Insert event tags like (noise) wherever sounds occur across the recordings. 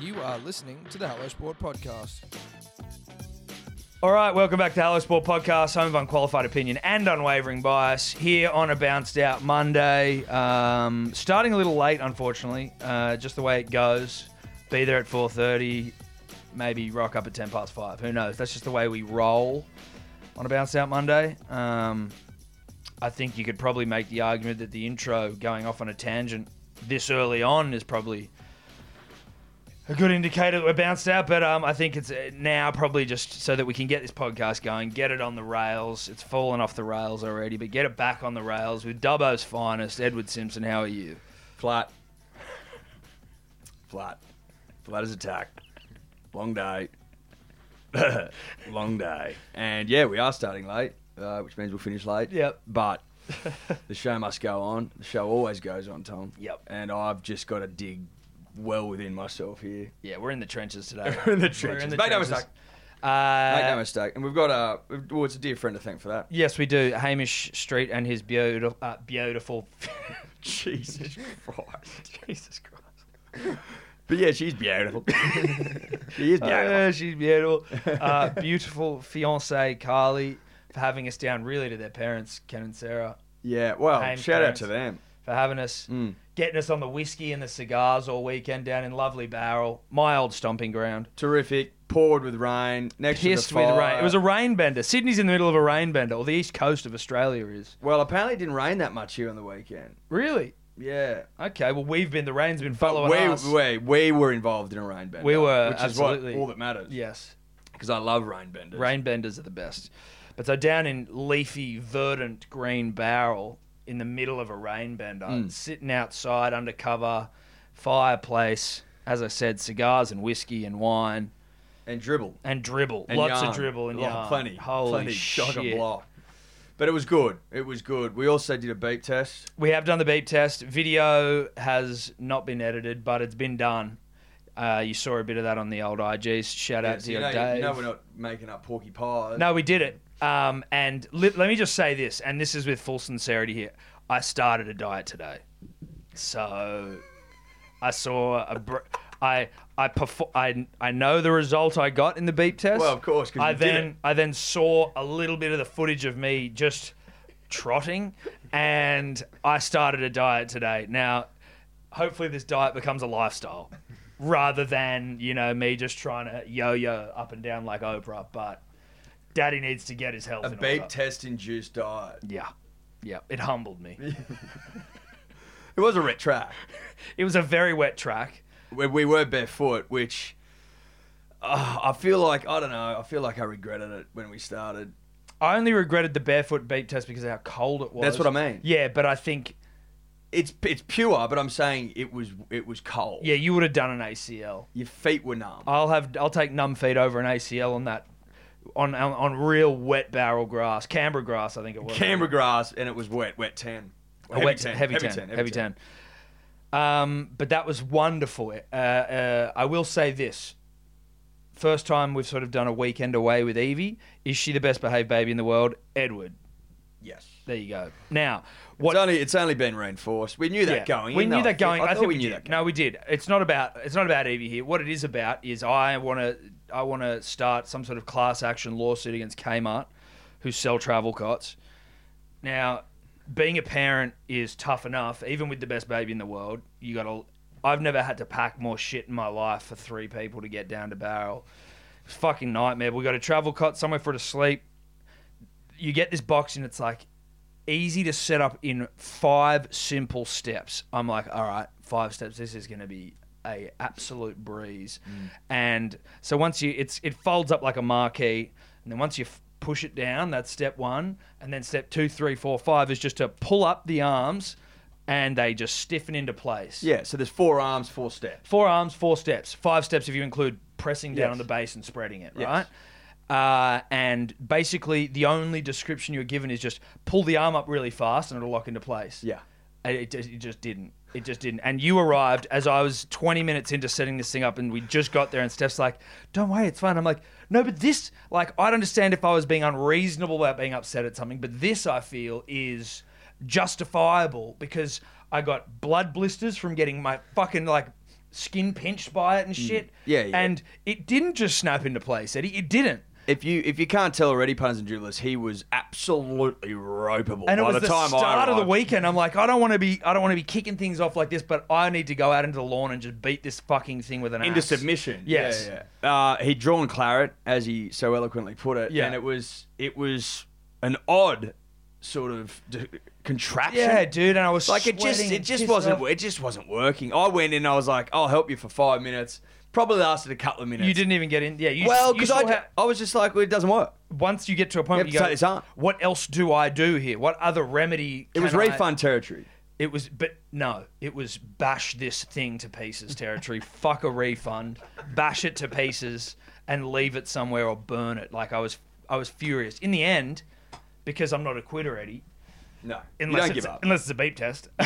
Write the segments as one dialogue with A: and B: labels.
A: You are listening to the Hello Sport podcast.
B: All right, welcome back to Hello Sport Podcast, home of unqualified opinion and unwavering bias. Here on a bounced out Monday, um, starting a little late, unfortunately, uh, just the way it goes. Be there at four thirty, maybe rock up at ten past five. Who knows? That's just the way we roll on a bounced out Monday. Um, I think you could probably make the argument that the intro going off on a tangent this early on is probably a good indicator that we're bounced out, but um, I think it's uh, now probably just so that we can get this podcast going, get it on the rails. It's fallen off the rails already, but get it back on the rails with Dubbo's finest, Edward Simpson. How are you?
C: Flat. Flat. Flat as a tack. Long day. (laughs) Long day. And yeah, we are starting late, uh, which means we'll finish late.
B: Yep.
C: But the show must go on. The show always goes on, Tom.
B: Yep.
C: And I've just got to dig well within myself here.
B: Yeah, we're in the trenches today.
C: (laughs) We're in the trenches. Make no mistake.
B: Uh,
C: Make no mistake. And we've got a, well, it's a dear friend to thank for that.
B: Yes, we do. Hamish Street and his beautiful, uh, beautiful. (laughs)
C: Jesus Christ.
B: (laughs) Jesus Christ.
C: But yeah, she's beautiful. she is beautiful.
B: Yeah, (laughs)
C: (laughs)
B: she's beautiful. Uh, beautiful fiance Carly for having us down really to their parents, Ken and Sarah,
C: yeah, well,
B: Same
C: shout
B: parents.
C: out to them.
B: for having us,
C: Mm.
B: getting us on the whiskey and the cigars all weekend down in Lovely Barrel, my old stomping ground.
C: Terrific. Poured with rain. Next
B: Pissed
C: to the
B: with
C: fire.
B: rain. It was a rain bender. Sydney's in the middle of a rain bender, or the east coast of Australia is.
C: Well, apparently it didn't rain that much here on the weekend.
B: Really?
C: Yeah.
B: Okay, well, we've been, the rain's been following
C: we,
B: us.
C: We, we were involved in a rain bender.
B: We were,
C: Which
B: absolutely.
C: is what, all that matters.
B: yes.
C: Because I love rain benders.
B: Rain benders are the best. But so down in leafy, verdant green barrel in the middle of a rain bender,
C: Hmm.
B: sitting outside under cover, fireplace, as I said, cigars and whiskey and wine
C: And dribble.
B: and dribble.
C: And
B: Lots
C: yarn.
B: of dribble and
C: Oh,
B: yarn.
C: Plenty.
B: Holy
C: plenty. Shock and
B: shit.
C: block. But it was good. It was good. We also did a beep test.
B: We have done the beep test. Video has not been edited, but it's been done. Uh, you saw a bit of that on the old IGs. Shout out
C: so
B: to
C: you,
B: your
C: know,
B: Dave.
C: you know we're not making up porky pies.
B: No, we did it. Um, and li- let me just say this, and this is with full sincerity here. I started a diet today, so I saw a. Br- I I, perfor- I I know the result I got in the beep test.
C: Well, of course, 'cause
B: I
C: you did
B: then
C: it.
B: I then saw a little bit of the footage of me just trotting, and I started a diet today. Now, hopefully, this diet becomes a lifestyle rather than you know me just trying to yo-yo up and down like Oprah. But Daddy needs to get his health.
C: A
B: in
C: beep
B: order.
C: test induced diet.
B: Yeah, yeah. It
C: (laughs)
B: humbled me.
C: It was a ret track.
B: (laughs) it was a very wet track.
C: we, we were barefoot, which uh, I feel like I don't know. I feel like I regretted it when we started.
B: I only regretted the barefoot beep test because of how cold it was.
C: That's what I mean.
B: Yeah, but I think
C: It's it's pure, but I'm saying it was it was cold.
B: yeah, you would have done an ACL.
C: your feet were numb.
B: I'll have I'll take numb feet over an ACL on that on on, on real wet barrel grass, Canberra grass, I think it was.
C: Canberra grass, and it was wet. Wet ten.
B: A wet ten, heavy, ten, heavy ten. Um, but that was wonderful. Uh, uh, I will say this: first time we've sort of done a weekend away with Evie. Is she the best behaved baby in the world? Edward.
C: Yes.
B: There you go. Now, what
C: It's only it's only been reinforced. We knew that
B: Yeah.
C: going.
B: We
C: in,
B: knew
C: though.
B: that going. I,
C: I, thought
B: think
C: we knew that.
B: did. No, we did. It's not about. It's not about Evie here. What it is about is I want to. I want to start some sort of class action lawsuit against Kmart, who sell travel cots. Now, being a parent is tough enough, even with the best baby in the world. You got to. I've never had to pack more shit in my life for three people to get down to Barrel. It's a fucking nightmare. We got a travel cot somewhere for her to sleep. You get this box and it's like easy to set up in five simple steps. I'm like, all right, five steps. This is going to be a absolute breeze.
C: Mm.
B: And so once you, it's it folds up like a marquee, and then once you f- push it down, that's step one. And then step two, three, four, five is just to pull up the arms, and they just stiffen into place.
C: Yeah. So there's four arms, four steps.
B: Four arms, four steps. Five steps if you include pressing down
C: Yes.
B: on the base and spreading it,
C: Yes.
B: right? Uh, and basically, the only description you're given is just pull the arm up really fast and it'll lock into place.
C: Yeah.
B: And It, just- it just didn't. It just didn't. And you arrived as I was 20 minutes into setting this thing up, and we just got there. And Steph's like, "Don't worry, it's fine." I'm like, "No, but this, like, I'd understand if I was being unreasonable about being upset at something, but this, I feel, is justifiable because I got blood blisters from getting my fucking like skin pinched by it and shit.
C: Mm. Yeah, yeah.
B: And it didn't just snap into place, Eddie. It didn't.
C: If you if you can't tell already, punters and dribblers, he was absolutely ropeable.
B: And it
C: by
B: was the,
C: the, time I
B: start of the
C: arrived.
B: weekend. I'm like, I don't want to be, I don't want to be kicking things off like this, but I need to go out into the lawn and just beat this fucking thing with an
C: into
B: axe.
C: submission.
B: Yes.
C: Yeah, yeah. Uh, he'd drawn claret, as he so eloquently put it,
B: Yeah.
C: and it was it was an odd sort of d- contraption.
B: Yeah, dude. And I was
C: like it just
B: sweating
C: it
B: and
C: just
B: pissed
C: wasn't
B: off.
C: it just wasn't working. I went in, I was like, I'll help you for five minutes. Probably lasted a couple of minutes.
B: You didn't even get in. Yeah, you,
C: well
B: you
C: because
B: saw
C: I,
B: how-
C: I was just like, well, it doesn't work.
B: once you get to a point,
C: You have
B: where
C: to
B: you
C: take
B: go,
C: this on.
B: what else do I do here? What other remedy?
C: It was
B: can I-
C: refund territory.
B: It was, but no, it was bash this thing to
C: (laughs)
B: pieces territory. Fuck a refund, bash it to pieces, and leave it somewhere or burn it. Like I was, I was furious. In the end, because I'm not a quitter, Eddie.
C: No, you
B: Unless
C: don't
B: it's,
C: give up.
B: unless it's a beep test,
C: (coughs)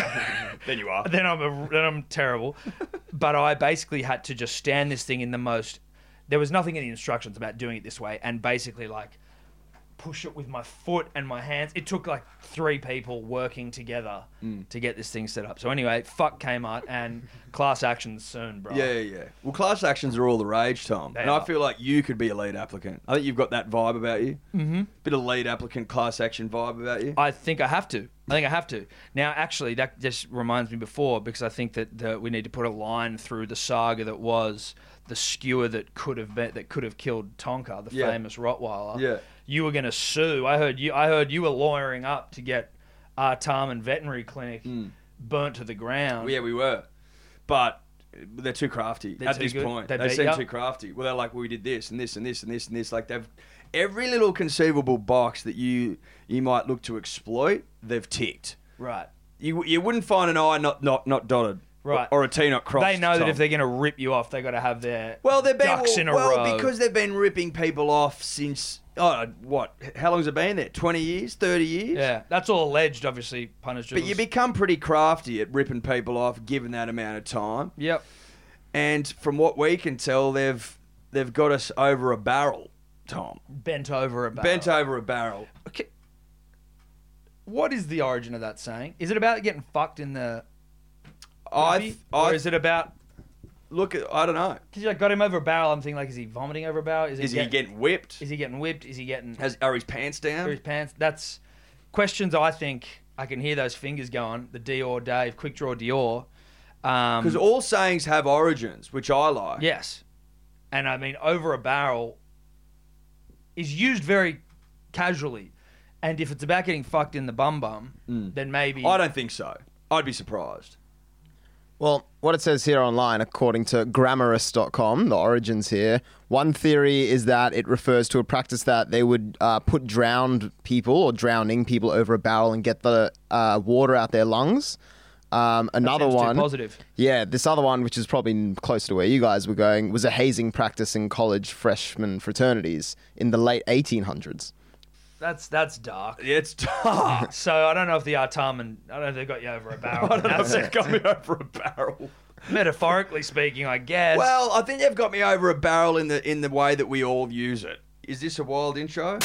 C: Then
B: (coughs)
C: you are.
B: (laughs) then I'm a, then I'm terrible. but I basically had to just stand this thing in the most. There was nothing in the instructions about doing it this way, and basically like push it with my foot and my hands. It took like three people working together
C: Mm.
B: (coughs) to get this thing set up. So anyway, fuck Kmart and class action soon, bro.
C: Yeah, yeah, yeah. Well, class actions are all the rage, Tom.
B: They
C: and I
B: are.
C: feel like you could be a lead applicant. I think you've got that vibe about you. Mm-hmm. Bit of lead applicant class action vibe about you.
B: I think I have to. I think I have to. Now, actually, that just reminds me before because I think that the, we need to put a line through the saga that was the skewer that could have been, that could have killed Tonka, the
C: Yeah.
B: famous Rottweiler.
C: Yeah.
B: you were going to sue. I heard you. I heard you were lawyering up to get our Tarman Veterinary Clinic burnt to the ground.
C: Hmm. Well, yeah, we were. But uh, they're too crafty
B: They're
C: at
B: too
C: this
B: good.
C: point.
B: They
C: They,
B: beat
C: seem
B: ya.
C: too crafty. Well, they're like, well, we did this and this and this and this and this. Like they've every little conceivable box that you you might look to exploit, they've ticked.
B: Right.
C: You you wouldn't find an I not not not dotted,
B: Right.
C: or, or a T not crossed.
B: they know that
C: Tom.
B: if they're going to rip you off, they got to have their
C: Well, they've been
B: ducks in a
C: well
B: row.
C: because they've been ripping people off since oh, what? How long's it been there? Twenty years, thirty years.
B: yeah, that's all alleged, obviously. Punished.
C: But you become pretty crafty at ripping people off, given that amount of time.
B: Yep.
C: And from what we can tell, they've they've got us over a barrel, Tom.
B: Bent over a barrel.
C: Bent over a barrel.
B: Okay. What is the origin of that saying? Is it about getting fucked in the
C: I,
B: movie?
C: th- I
B: or is it about
C: look. at- I don't know.
B: because you like got him over a barrel? I'm thinking like, is he vomiting over a barrel? Is,
C: Is
B: he,
C: he getting whipped?
B: Is he getting whipped? Is he getting
C: Has are his pants
B: through
C: down?
B: his pants? That's questions. I think I can hear those fingers going. The Dior Dave, quick draw Dior. Um,
C: Because all sayings have origins, which I like.
B: yes, and I mean over a barrel is used very casually, and if it's about getting fucked in the bum bum, then maybe
C: Hmm. I don't think so. I'd be surprised.
D: Well, what it says here online, according to grammarist.com, the origins here, one theory is that it refers to a practice that they would uh, put drowned people or drowning people over a barrel and get the uh, water out their lungs. Um, another
B: seems too
D: one.
B: positive.
D: Yeah, this other one, which is probably n- closer to where you guys were going, was a hazing practice in college freshman fraternities in the late 1800s.
B: that's that's dark.
C: It's tough.
B: (laughs) So I don't know if the Artaman, I don't know if they got you over a
C: (laughs)
B: barrel.
C: I don't know if
B: That's
C: they've
B: it.
C: got me over a barrel.
B: (laughs) Metaphorically speaking, I guess.
C: Well, I think they've got me over a barrel in the in the way that we all use it. Is this a wild intro?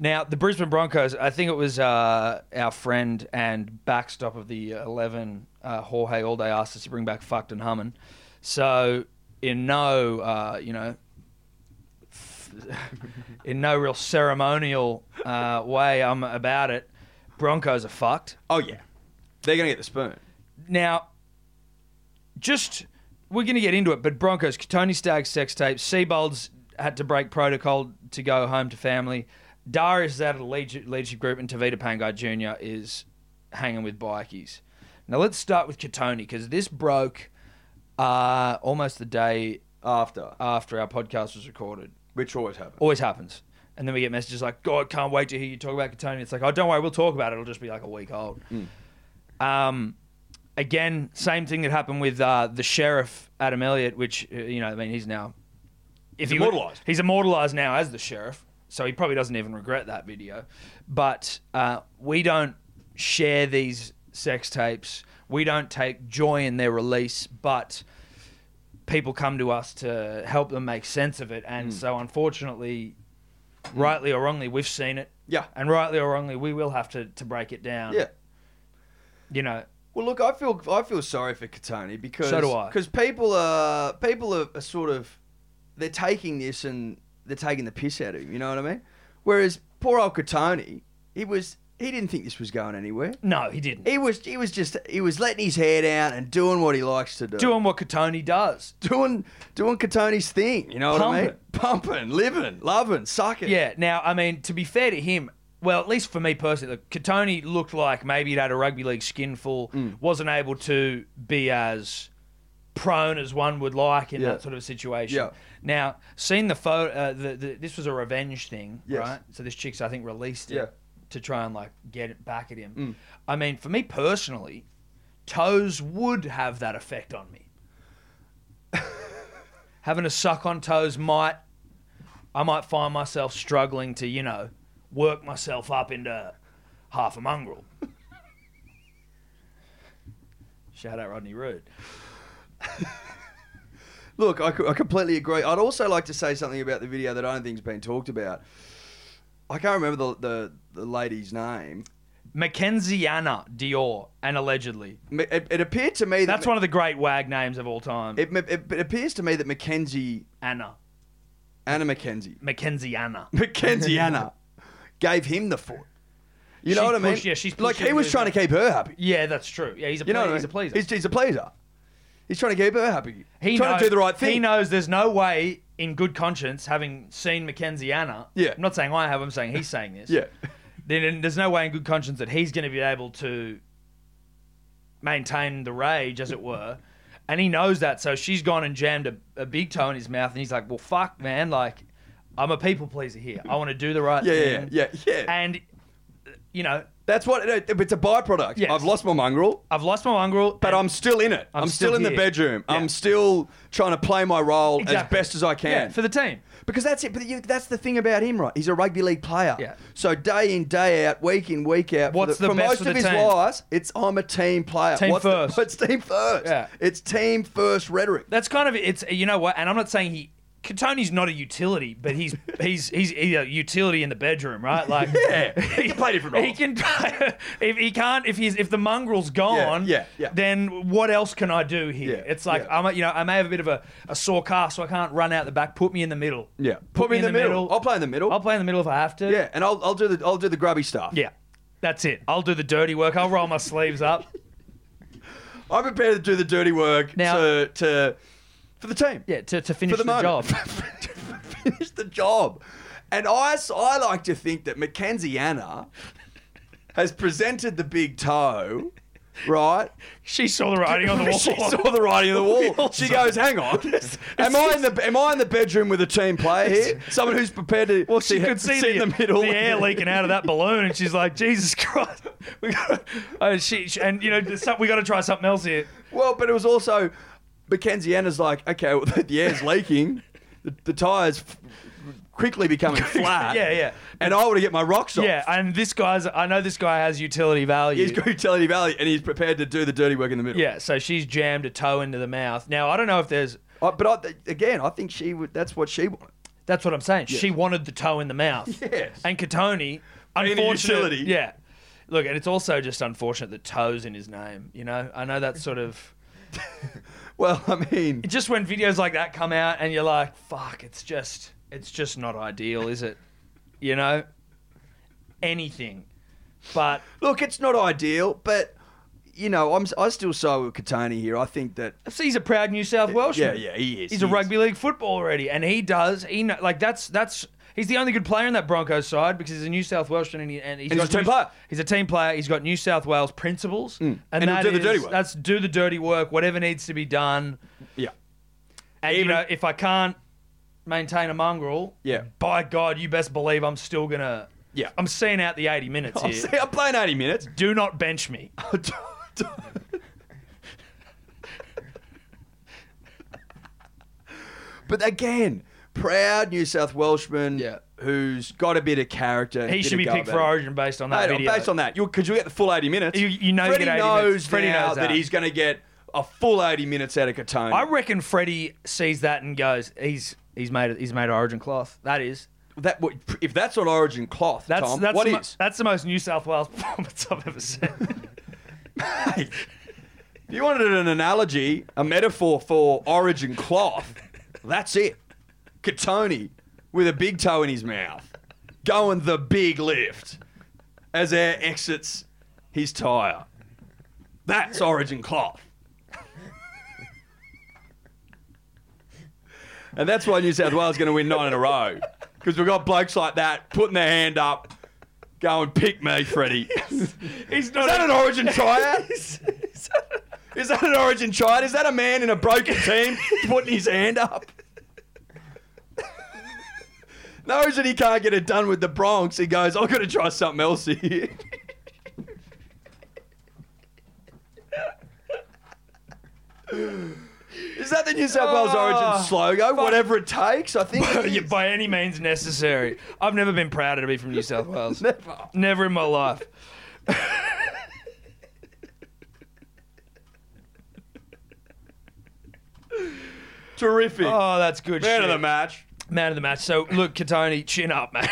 B: now the Brisbane Broncos. I think it was uh, our friend and backstop of the eleven, uh, Jorge Alday, asked us to bring back fucked and humming. So in no, uh, you know, (laughs) in no real ceremonial uh, way, I'm about it. Broncos are fucked.
C: Oh yeah, they're gonna get the spoon.
B: Now, just we're going to get into it, but Broncos, Tony Stagg's sex tape, Seabold's had to break protocol to go home to family. Darius is out of the leadership leadership group, and Tavita Pangai Jr. is hanging with bikies. Now, let's start with Katoni because this broke uh, almost the day
C: After,
B: after our podcast was recorded.
C: which always happens.
B: Always happens. And then we get messages like, God, can't wait to hear you talk about Katoni. It's like, oh, don't worry, we'll talk about it. It'll just be like a week old. Um, again, same thing that happened with uh, the sheriff, Adam Elliott, which, uh, you know, I mean, he's now. If
C: He's
B: he would-
C: immortalised.
B: he's immortalized now as the sheriff, so he probably doesn't even regret that video. But uh, we don't share these sex tapes. We don't take joy in their release, but people come to us to help them make sense of it.
C: Hmm.
B: And so, unfortunately, rightly or wrongly, we've seen it.
C: Yeah.
B: And rightly or wrongly, we will have to, to break it down.
C: Yeah.
B: You know,
C: Well, look, I feel I feel sorry for Katoni because
B: So do I.
C: Because people are people are, are sort of they're taking this and they're taking the piss out of him. You know what I mean? Whereas poor old Katoni, he was he didn't think this was going anywhere.
B: No, he didn't.
C: He was he was just he was letting his hair down and doing what he likes to do.
B: Doing what Katoni does.
C: doing doing Katoni's thing. You know what I mean? Pumping, living, loving, sucking.
B: Yeah. Now, I mean, to be fair to him, well, at least for me personally, look, Katoni looked like maybe he'd had a rugby league skinful,
C: Mm.
B: wasn't able to be as prone as one would like in
C: Yeah.
B: that sort of situation.
C: Yeah.
B: Now, seeing the photo, uh, the, the, this was a revenge thing,
C: Yes.
B: right? So this chick's, I think, released it
C: Yeah. Mm.
B: to try and like get it back at him. I mean, for me personally, toes would have that effect on
C: (laughs)
B: me. Having to suck on toes might, I might find myself struggling to, you know, work myself up into half
C: (laughs)
B: a mongrel. Shout out Rodney Rood.
C: Look, I, co- I completely agree. I'd also like to say something about the video that I don't think's been talked about. I can't remember the the, the lady's name.
B: Mackenziana Dior, and allegedly.
C: Ma- It, it appeared to me that
B: That's one of the great wag names of all time.
C: It, ma- it, it appears to me that Mackenzie
B: Anna.
C: Anna Mackenzie
B: Mackenziana.
C: (laughs) Mackenzie Anna gave him the foot. You know
B: She
C: what I mean?
B: pushed- yeah, she's
C: like he
B: pushing
C: was
B: the-
C: trying to keep her happy.
B: Yeah, that's true. Yeah, he's a,
C: You know
B: ple-
C: what I
B: he's
C: mean?
B: a pleaser.
C: He's, he's a pleaser. He's trying to keep her happy.
B: he
C: trying
B: knows,
C: to do the right thing.
B: He knows there's no way, in good conscience, having seen Mackenzie Anna.
C: Yeah.
B: I'm not saying I have. I'm saying he's saying this.
C: Yeah.
B: Then there's no way, in good conscience, that he's going to be able to maintain the rage, as it were. And he knows that, so she's gone and jammed a, a big toe in his mouth, and he's like, "Well, fuck, man! Like, I'm a people pleaser here. I want to do the right
C: Yeah, yeah,
B: thing."
C: yeah, yeah.
B: And you know,
C: That's what no, it's a byproduct.
B: Yes.
C: I've lost my mongrel.
B: I've lost my mongrel,
C: But I'm still in it.
B: I'm
C: I'm, still,
B: still
C: in the
B: here.
C: bedroom.
B: Yeah.
C: I'm still trying to play my role as
B: Exactly.
C: best as I can.
B: yeah, for the team.
C: because that's it. But you, that's the thing about him, right? He's a rugby league player.
B: Yeah.
C: So day in, day out, week in, week out.
B: What's
C: for, the,
B: the
C: for
B: best
C: most
B: for
C: of
B: the
C: his
B: team?
C: lives, it's I'm a team player.
B: Team
C: What's the-
B: first.
C: it's team first.
B: Yeah.
C: It's team first rhetoric.
B: That's kind of it's you know what, and I'm not saying he Katoni's not a utility, but he's (laughs) he's he's a utility in the bedroom,
C: (laughs)
B: right? Like (laughs)
C: Yeah, he can play different
B: He
C: roles.
B: can play, (laughs) if he can't if he's if the mongrel's gone,
C: yeah, yeah.
B: then what else can I do here?
C: Yeah,
B: it's like
C: yeah.
B: I'm a, you know I may have a bit of a, a sore calf, so I can't run out the back. Put me in the middle.
C: Yeah. Put me in the middle. I'll play in the middle.
B: I'll play in the middle if I have to.
C: Yeah, and I'll, I'll do the I'll do the grubby stuff.
B: yeah. That's it. I'll do the dirty work. I'll roll my sleeves up.
C: I'm prepared to do the dirty work
B: Now-
C: to to for the team.
B: Yeah, to, to finish
C: for the,
B: the, job.
C: moment. (laughs) Finish the job. And I, I like to think that Mackenzie Anna has presented the big toe, right?
B: She saw the writing on the
C: (laughs)
B: wall.
C: she saw the writing of the
B: (laughs)
C: wall.
B: Also-
C: She goes, "Hang on, am I in the am I in the bedroom with a team player here? Someone who's prepared to
B: Well, she
C: sit-
B: could see
C: sit
B: the,
C: in the middle,
B: the air leaking out of that balloon, and she's like,
C: (laughs)
B: "Jesus Christ!" We got uh, she, she- and you know, there's some- we got to try something else here.
C: Well, but it was also Mackenzie Anna's like, okay, well, (laughs) the, the air's leaking, the, the tires f- quickly becoming flat.
B: (laughs) Yeah, yeah.
C: And I want to get my rocks off.
B: Yeah, and this guy's, I know this guy has utility value.
C: He's utility value, and he's prepared to do the dirty work in the middle.
B: yeah, so she's jammed a toe into the mouth. Now I don't know if there's.
C: I, Uh, but I, again, I think she would. That's what she wanted.
B: That's what I'm saying. She wanted the toe in the mouth.
C: (laughs) Yes.
B: And Katoni,
C: a
B: unfortunately,
C: utility.
B: yeah. Look, and it's also just unfortunate that toes in his name. You know, I know that's sort of.
C: (laughs) Well, I mean,
B: just when videos like that come out and you're like, fuck, it's just it's just not ideal, is it? You know? Anything. But
C: look, it's not ideal, but you know, I'm I still side with Katoni here. I think that
B: so he's a proud New South Welshman.
C: yeah, yeah, he is.
B: He's
C: he
B: a
C: is.
B: rugby league footballer already, and he does. He know, like that's that's he's the only good player in that Broncos side because he's a New South Welshman and, he,
C: And
B: and,
C: he's
B: got
C: a team
B: New-
C: player.
B: He's a team player. He's got New South Wales principles,
C: Mm. And he'll
B: that
C: do the
B: is-
C: dirty work.
B: That's do the dirty work, whatever needs to be done.
C: Yeah,
B: And
C: Even-
B: you know, if I can't maintain a mongrel,
C: Yeah.
B: by God, you best believe I'm still gonna.
C: Yeah.
B: I'm seeing out the 80 minutes
C: (laughs) I'm,
B: here.
C: see, I'm playing 80 minutes. Oh,
B: Do not bench
C: (laughs)
B: me.
C: but again, proud New South Welshman
B: Yeah.
C: who's got a bit of character. and a
B: He
C: bit
B: should
C: of
B: be
C: go
B: picked for
C: about it.
B: Origin based on that
C: Mate,
B: video.
C: Based on that, because you, will get the full 80 minutes.
B: You- you know you
C: Freddie
B: get 80
C: knows
B: minutes. Freddie
C: now
B: knows
C: that
B: that.
C: he's going to get a full 80 minutes out of Katoni.
B: I reckon Freddie sees that and goes, he's he's made he's made Origin cloth. That is.
C: that, would- if that's not Origin cloth,
B: That's
C: Tom,
B: that's
C: what
B: the, mo-
C: is?
B: (laughs) that's the most New South Wales performance I've ever seen.
C: If you wanted an analogy, a metaphor for origin cloth, that's it. Katoni with a big toe in his mouth, going the big lift as air exits his tyre. That's origin cloth. and that's why New South Wales is going to win nine in a row. Because we've got blokes like that putting their hand up, going, pick me, Freddie.
B: He's
C: Is
B: not.
C: that an origin tryout?
B: (laughs) He's- he's not-
C: Is that an origin tryout? Is that a man in a broken team putting his hand up? Knows that he can't get it done with the Bronx. He goes, I've got to try something else here. Is that the New South Wales
B: Oh,
C: origin slogan? Whatever it takes, I think. it
B: (laughs) Yeah,
C: is.
B: by any means necessary. I've never been prouder to be from New South Wales.
C: (laughs) Never.
B: Never in my life.
C: Terrific.
B: Oh, that's good
C: man
B: shit.
C: of the match.
B: Man of the match. So, look, Katoni, chin up, mate.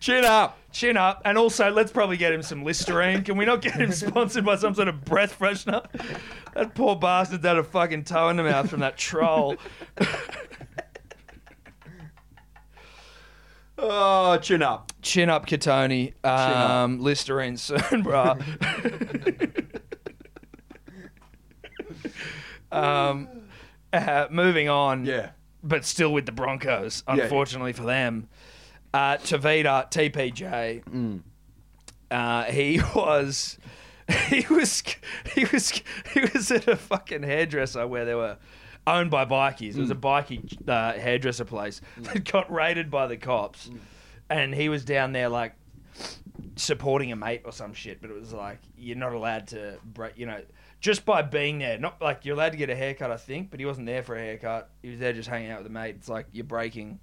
C: Chin up.
B: chin up. And also, let's probably get him some Listerine. Can we not get him (laughs) sponsored by some sort of breath freshener? That poor bastard's had a fucking toe in the mouth from that troll.
C: (laughs) Oh, chin up.
B: Chin up, Katoni. Um, Listerine soon, bruh. um, uh, moving on.
C: Yeah.
B: but still with the Broncos,
C: yeah.
B: unfortunately for them. Uh, Tavita TPJ,
C: Mm.
B: uh, he (laughs) was, he was, he was, he was at a fucking hairdresser where they were owned by bikies. It was a
C: Mm.
B: bikie uh, hairdresser place that got raided by the cops,
C: Mm.
B: and he was down there like supporting a mate or some shit, but it was like you're not allowed to, break, you know, just by being there. Not like you're allowed to get a haircut, I think, but he wasn't there for a haircut. He was there just hanging out with a mate. It's like you're breaking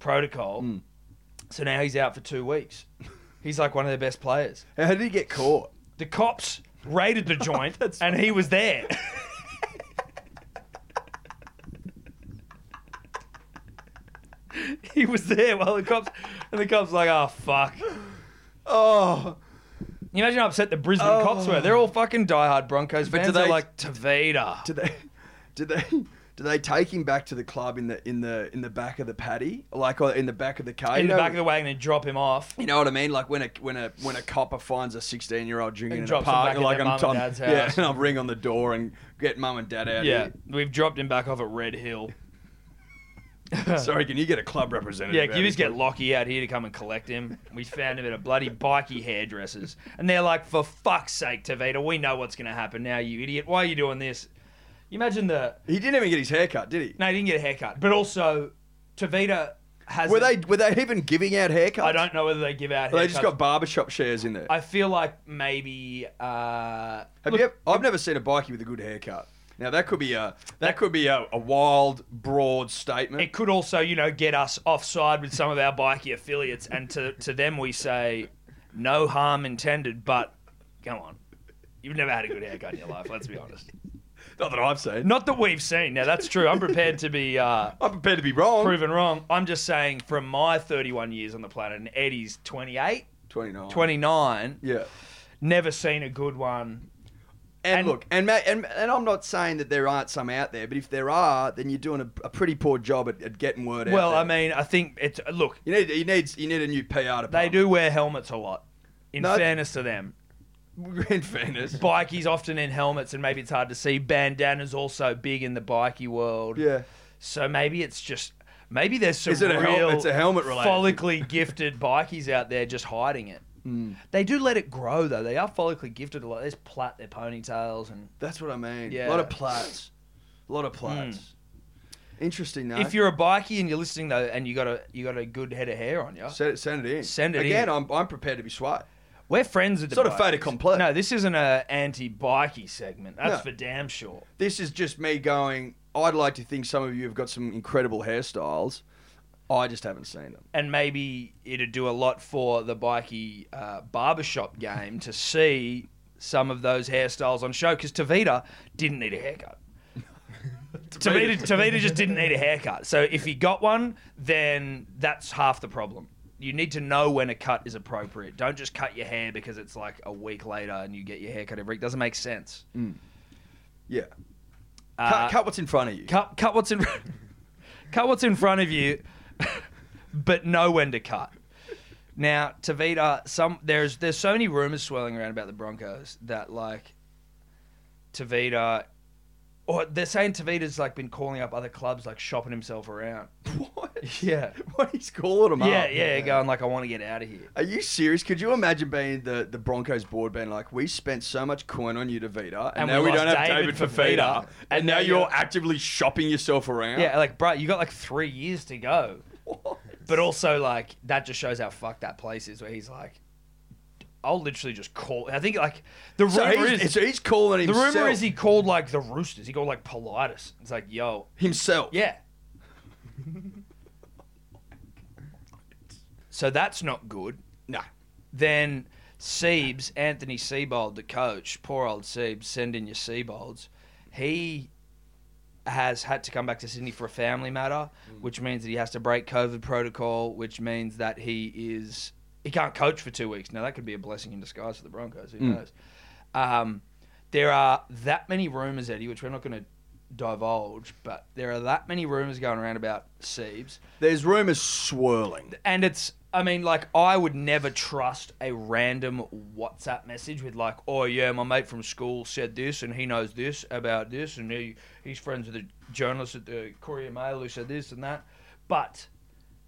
B: protocol. So now he's out for two weeks. (laughs) He's like one of their best players.
C: How did he get caught?
B: The cops raided
C: (laughs)
B: the joint, and he was there. he was there while the cops, and the cops like, oh fuck.
C: Oh,
B: Can You imagine how upset the Brisbane cops were. They're all fucking diehard Broncos
C: But
B: fans.
C: do
B: They're
C: they-
B: like Tavita.
C: did they did they did they take him back to the club in the in the in the back of the paddy like or in the back of the car
B: in
C: you
B: the
C: know,
B: back of the wagon and drop him off.
C: you know what I mean? Like when a when a when a copper finds a sixteen year old drinking
B: And
C: in a
B: drops him
C: park,
B: back at
C: like
B: their
C: I'm
B: mum and
C: Tom- (laughs)
B: dad's
C: yeah,
B: house.
C: and I'll ring on the door and get mum and dad out.
B: Yeah,
C: here.
B: we've dropped him back off at Red Hill.
C: (laughs) sorry, can you get a club representative?
B: Yeah,
C: out
B: you just
C: here,
B: get Lockie out here to come and collect him. We found him at a bloody bikey hairdresser's. And they're like, for fuck's sake, Tavita, we know what's going to happen now, you idiot. Why are you doing this? You imagine the.
C: please? He didn't even get his haircut, did he?
B: No, he didn't get a haircut. But also, Tavita has.
C: Were they were they even giving out haircuts?
B: I don't know whether they give out haircuts.
C: Or They just got barbershop shares in there.
B: I feel like maybe. Uh,
C: Have
B: look,
C: you ever, I've never seen a bikie with a good haircut. Now that could be a that could be a, a wild, broad statement.
B: It could also, you know, get us offside with some of our bikey affiliates, and to, to them we say, no harm intended, but come on. You've never had a good haircut in your life, let's be honest.
C: Not that I've seen.
B: Not that we've seen. Now, that's true. I'm prepared to be uh,
C: (laughs) I'm prepared to be wrong.
B: proven wrong. I'm just saying, from my 31 years on the planet, and Eddie's 28,
C: 29.
B: 29,
C: Oh. Yeah.
B: never seen a good one.
C: And,
B: And-
C: look, and, ma and and I'm not saying that there aren't some out there, but if there are, then you're doing a, a pretty poor job at, at getting word out.
B: Well, um,
C: there.
B: I mean, I think it's. Look,
C: you need you need you need a new PR department.
B: they do wear helmets a lot, in
C: No.
B: fairness to them.
C: (laughs) in fairness.
B: bikies often in helmets and maybe it's hard to see bandanas also big in the bikie world
C: Yeah.
B: so maybe it's just maybe there's some
C: Is it a hel-
B: real
C: it's a helmet related thing.
B: follically gifted bikies out there just hiding it
C: Mm.
B: they do let it grow though they are follically gifted a lot there's plait their ponytails and
C: That's what I mean.
B: Yeah.
C: A lot of plats. A lot of plats. Interesting though.
B: Hmm. if you're a bikie and you're listening though and you got a you got a good head of hair on you
C: send it, send it in.
B: Send it
C: Again,
B: in.
C: I'm I'm prepared to be swat.
B: we're friends with the
C: Sort of fait
B: bikies.
C: accompli.
B: no this isn't a anti-bikie segment that's
C: No.
B: for damn sure
C: This is just me going. I'd like to think some of you have got some incredible hairstyles. I just haven't seen them.
B: and maybe it'd do a lot for the bikie uh, barbershop game to see some of those hairstyles on show because Tavita didn't need a haircut. Tavita, Tavita just didn't need a haircut. So if he got one, then that's half the problem. you need to know when a cut is appropriate. Don't just cut your hair because it's like a week later and you get your hair cut every. It doesn't make sense.
C: Yeah.
B: Hmm. Uh,
C: cut, cut what's in front of you.
B: cut cut what's in (laughs) cut what's in front of you, (laughs) but know when to cut. Now, Tavita, some there's there's so many rumors swirling around about the Broncos that like Tavita, or they're saying Tavita's like been calling up other clubs, like shopping himself around.
C: (laughs) What?
B: Yeah,
C: What he's calling them
B: yeah,
C: up.
B: yeah, going like I want to get out of here.
C: Are you serious? Could you imagine being the, the Broncos board being like, we spent so much coin on you, DeVita, and,
B: And
C: now we,
B: we lost
C: don't have
B: David
C: David,
B: Fafita,
C: Fafita, and,
B: and now
C: now you're
B: you're-
C: actively shopping yourself around?
B: Yeah, like bro, you got like three years to go,
C: What?
B: but also like that just shows how fucked that place is. Where he's like, I'll literally just call. I think like the
C: So
B: rumor
C: he's,
B: is
C: so he's calling
B: The
C: himself.
B: rumor is he called like the Roosters. He called like Politis. It's like, yo,
C: himself.
B: yeah. so that's not good.
C: No.
B: Then Siebes, Anthony Siebold, the coach, poor old Siebes, send in your Siebolds. He has had to come back to Sydney for a family matter, which means that he has to break COVID protocol, which means that he is he can't coach for two weeks. Now that could be a blessing in disguise for the Broncos. Who knows? Um, there are that many rumors, Eddie, which we're not going to divulge, but there are that many rumors going around about Siebes
C: There's rumors swirling.
B: and it's I mean, like I would never trust a random WhatsApp message with like, "Oh yeah, my mate from school said this, and he knows this about this, and he he's friends with the journalist at the Courier Mail who said this and that." But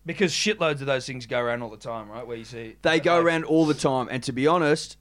B: because shitloads of those things go around all the time, right? Where you see
C: They go
B: like-
C: around all the time, and to be honest,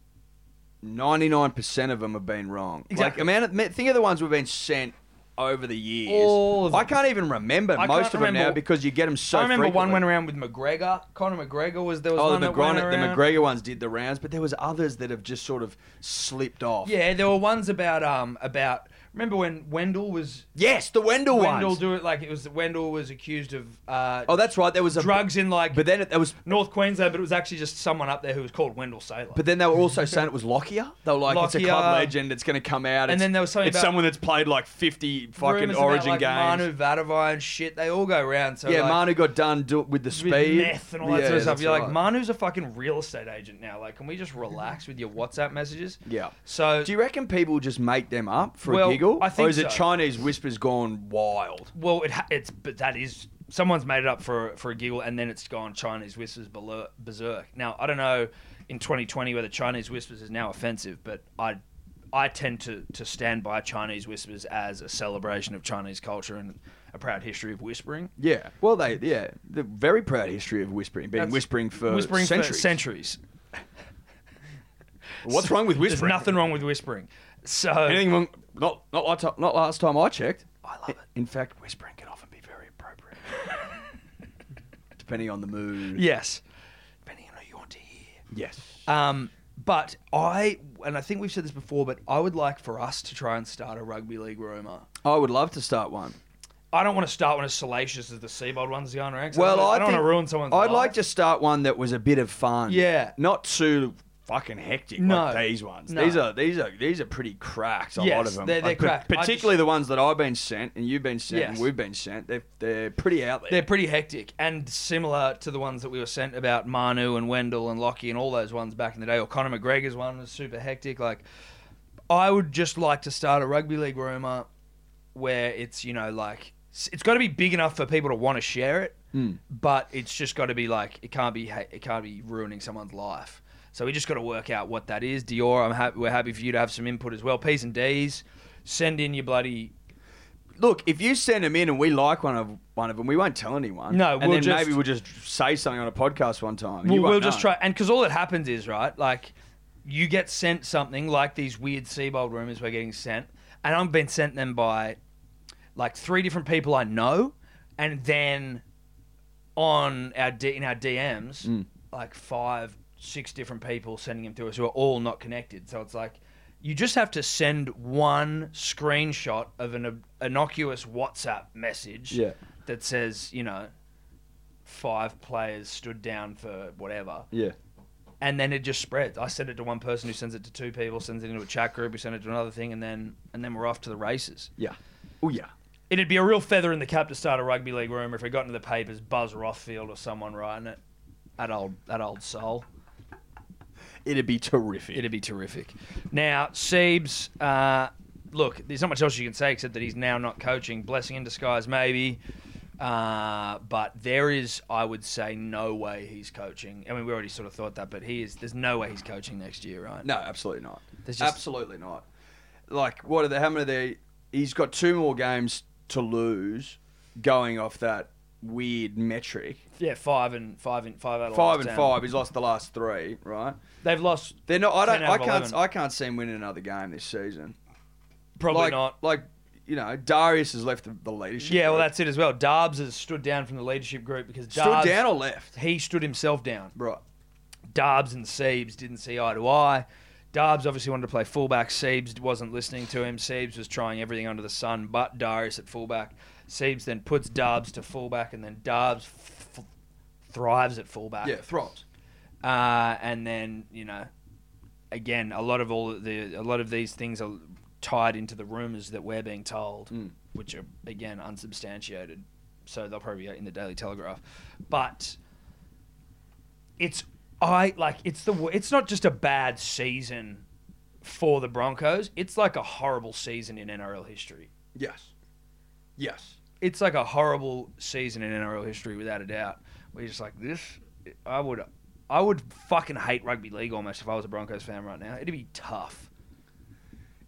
C: 99% of them have been wrong. Like,
B: Exactly.
C: amount of, think of the ones we've been sent over the years.
B: All of
C: I
B: them.
C: can't even remember
B: I
C: most
B: can't
C: of them now
B: remember-
C: because you get them so
B: I remember one
C: frequently.
B: went around with McGregor. Conor McGregor was there was
C: Oh,
B: one
C: the,
B: that went
C: McGregor, the
B: around.
C: McGregor ones did the rounds, but there was others that have just sort of slipped off.
B: Yeah, there were ones about um about remember when Wendell was
C: Yes, the Wendell,
B: Wendell
C: ones.
B: do it like it was Wendell was accused of uh,
C: oh, that's right. There was a
B: drugs in like
C: but then it, there was.
B: North Queensland, but it was actually just someone up there who was called Wendell Saylor.
C: But then they were also saying it was Lockyer. They were like, it's a
B: Lockyer.
C: club legend. It's going to come out.
B: And
C: it's-
B: then there was something
C: It's
B: about-
C: someone that's played like fifty fucking
B: Rumours
C: Origin
B: about, like,
C: games.
B: Manu Vadavai and shit, they all go around. So
C: yeah,
B: like,
C: Manu got done do, with the
B: with
C: speed,
B: meth and all that
C: Yeah,
B: sort of stuff.
C: that's
B: You're like,
C: right.
B: Manu's a fucking real estate agent now. Like, can we just relax with your WhatsApp messages?
C: Yeah.
B: So
C: Do you reckon people just make them up for
B: Well,
C: a giggle?
B: I think
C: or is it
B: so.
C: Chinese whispers gone wild?
B: Well, it ha- it's but that is someone's made it up for for a giggle, and then it's gone Chinese whispers belo- berserk. Now I don't know in 2020 whether Chinese whispers is now offensive, but I I tend to to stand by Chinese whispers as a celebration of Chinese culture and a proud history of whispering.
C: Yeah. Well, they yeah, the very proud history of whispering, being
B: That's-
C: whispering for
B: whispering
C: centuries.
B: for centuries.
C: What's wrong with
B: There's
C: whispering?
B: nothing wrong with whispering. So
C: Anything wrong? Not not last time, not last time I checked. I
B: love it.
C: In fact, whispering can often be very
B: (laughs)
C: appropriate, depending on the mood.
B: yes, depending on who you want to hear.
C: Yes.
B: Um, but I, and I think we've said this before, but I would like for us to try and start a rugby league rumor.
C: I would love to start one. I
B: I don't want to start one as salacious as the Seabold one's going around. 'cause
C: Well,
B: I
C: I,
B: don't,
C: think
B: want to ruin someone's.
C: I'd like
B: life.
C: to start one that was a bit of fun.
B: Yeah.
C: Not too fucking hectic
B: No.
C: like these ones.
B: No.
C: These are these are these are pretty cracked. A lot
B: Yes,
C: of them.
B: they're- they're
C: Like, pa-
B: cracked. I
C: Particularly
B: just-
C: the ones that I've been sent and you've been sent
B: Yes.
C: and we've been sent. They're they're pretty e- out there.
B: They're pretty hectic and similar to the ones that we were sent about Manu and Wendell and Lockie and all those ones back in the day. Or Conor McGregor's one was super hectic. Like, I would just like to start a rugby league rumor where it's you know like s- it's got to be big enough for people to want to share it, but it's just got to be like it can't be ha- it can't be ruining someone's life. So we just got to work out what that is. Dior, I'm happy. We're happy for you to have some input as well. P's and D's. Send in your bloody
C: Look, if you send them in and we like one of one of them, we won't tell anyone.
B: No,
C: and
B: we'll
C: then
B: just-
C: maybe we'll just say something on a podcast one time.
B: Well,
C: You won't
B: we'll just
C: know.
B: try, and because all that happens is right, like you get sent something like these weird Seabold rumors we're getting sent, and I've been sent them by like three different people I know, and then on our D, in our DMs,
C: Mm.
B: like five, six different people sending them to us who are all not connected. So it's like you just have to send one screenshot of an ob- innocuous WhatsApp message
C: Yeah.
B: that says, you know, five players stood down for whatever.
C: Yeah.
B: And then it just spreads. I send it to one person who sends it to two people, sends it into a chat group, we send it to another thing, and then and then we're off to the races.
C: Yeah. Oh yeah.
B: It'd be a real feather in the cap to start a rugby league room if it got into the papers, Buzz Rothfield or someone writing it. that old that old soul.
C: It'd be terrific.
B: It'd be terrific. Now, Siebes, uh, look, there's not much else you can say except that he's now not coaching. Blessing in disguise, maybe. Uh, but there is, I would say, no way he's coaching. I mean, we already sort of thought that, but he is. There's no way he's coaching next year, right?
C: No, absolutely not.
B: There's just-
C: absolutely not. Like, what are they? How many? They? He's got two more games to lose, going off that weird metric.
B: Yeah, five and five and five out of
C: Five
B: last
C: and
B: 10.
C: five. He's lost the last three, right?
B: They've lost.
C: They're not. I
B: 10
C: don't.
B: out
C: I
B: of
C: can't.
B: 11.
C: I can't see him winning another game this season.
B: Probably
C: like,
B: not.
C: Like, you know, Darius has left the, the leadership.
B: Yeah, well,
C: group.
B: that's it as well. Darbs has stood down from the leadership group because
C: stood
B: Darbs,
C: down or left.
B: he stood himself down.
C: Right.
B: Darbs and Siebes didn't see eye to eye. Darbs obviously wanted to play fullback. Siebes wasn't listening to him. Siebes was trying everything under the sun, but Darius at fullback. Siebes then puts Darbs to fullback, and then Darbs f- f- thrives at fullback.
C: Yeah, throbs.
B: Uh, and then you know, again, a lot of all of the a lot of these things are tied into the rumors that we're being told,
C: Mm.
B: which are again unsubstantiated. So they'll probably be in the Daily Telegraph, but it's I like it's the wo- it's not just a bad season for the Broncos. It's like a horrible season in NRL history.
C: Yes. Yes.
B: It's like a horrible season in NRL history, without a doubt. We're just like this. I would, I would fucking hate rugby league almost if I was a Broncos fan right now. It'd be tough.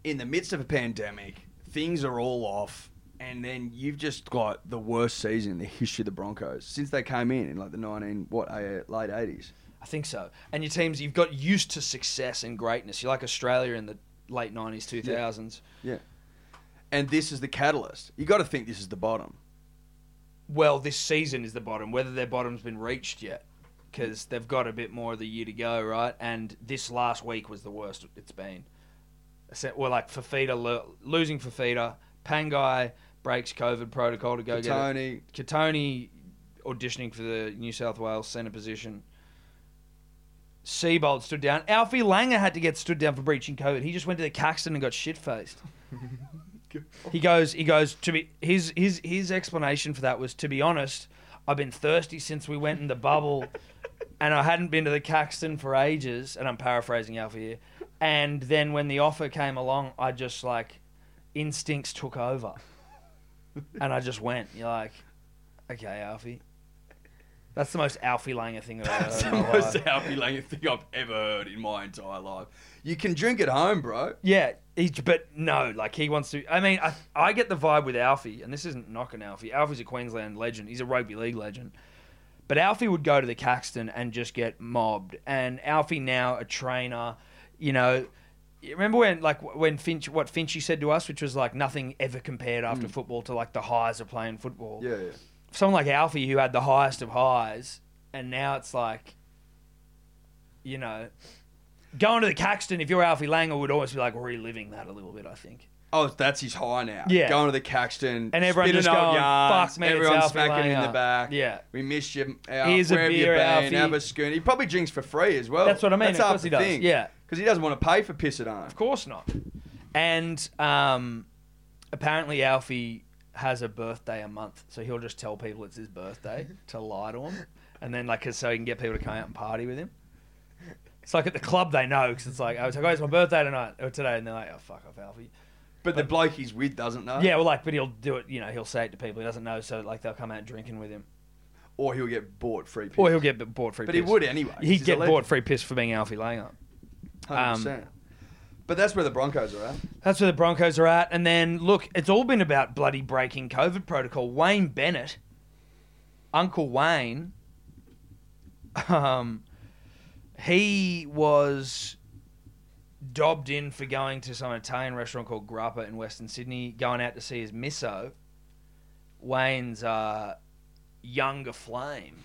C: in the midst of a pandemic, things are all off, and then you've just got the worst season in the history of the Broncos since they came in in like the nineteen what eh, late eighties.
B: I think so. And your teams, you've got used to success and greatness. You're like Australia in the late '90s, 2000s.
C: Yeah, and this is the catalyst. You got to think this is the bottom.
B: Well, this season is the bottom. Whether their bottom's been reached yet, because they've got a bit more of the year to go, right? And this last week was the worst it's been. Except- Well, like Fafita lo- losing Fafita, Pangai breaks COVID protocol to go get it.
C: Tony,
B: Katoni auditioning for the New South Wales centre position. Seabold stood down. Alfie Langer had to get stood down for breaching COVID. He just went to the Caxton and got shit faced. he goes. He goes to be his his his explanation for that was to be honest. I've been thirsty since we went in the bubble, and I hadn't been to the Caxton for ages. And I'm paraphrasing Alfie here. And then when the offer came along, I just like instincts took over, and I just went. You're like, Okay, Alfie. That's the most Alfie Langer thing I've
C: (laughs)
B: ever
C: that's
B: heard
C: the
B: in my
C: most
B: life.
C: Alfie Langer thing I've ever heard in my entire life. You can drink at home, bro.
B: Yeah, he, but no, like he wants to. I mean, I, I get the vibe with Alfie, and this isn't knocking Alfie. Alfie's a Queensland legend. He's a rugby league legend. But Alfie would go to the Caxton and just get mobbed. And Alfie now a trainer, you know. you Remember when like when Finch what Finchie said to us, which was like nothing ever compared
C: Mm.
B: after football to like the highs of playing football.
C: Yeah, yeah.
B: someone like Alfie who had the highest of highs, and now it's like, you know, going to the Caxton if you're Alfie Langer would almost be like reliving that a little bit. I think.
C: Oh, that's his high now.
B: Yeah.
C: Going to the Caxton.
B: And everyone
C: spitting
B: just
C: old
B: going,
C: yarns,
B: "Fuck me, it's
C: Everyone
B: Alfie
C: smacking him in
B: Langer."
C: the back.
B: Yeah.
C: We miss you. Out,
B: Here's a
C: wherever you
B: beer,
C: been,
B: Alfie.
C: Have a schooner. He probably drinks for free as well.
B: That's what I mean,
C: That's
B: of
C: half
B: course he
C: the
B: does,
C: thing.
B: yeah.
C: Because he doesn't want to pay for piss at home.
B: Of course not. And um, apparently Alfie has a birthday a month, so he'll just tell people it's
C: (laughs)
B: his birthday to lie to them, and then like 'cause- so he can get people to come out and party with him. It's like at the club they know because it's like, oh, it's, like, oh, it's my birthday tonight or today, and they're like, oh fuck off, Alfie.
C: But the bloke he's with doesn't know.
B: Yeah, well, like, but he'll do it. You know, he'll say it to people he doesn't know, so like they'll come out drinking with him,
C: Or he'll get bought free piss.
B: or he'll get b- bought free.
C: But he
B: piss.
C: would anyway.
B: He'd
C: He's a
B: get
C: legend.
B: bought free piss for being Alfie Langer. Um,
C: 100%. but that's where the Broncos are at.
B: That's where the Broncos are at. And then look, it's all been about bloody breaking COVID protocol. Wayne Bennett, Uncle Wayne, um, he was dobbed in for going to some Italian restaurant called Grappa in Western Sydney, going out to see his misso. Wayne's uh, younger flame,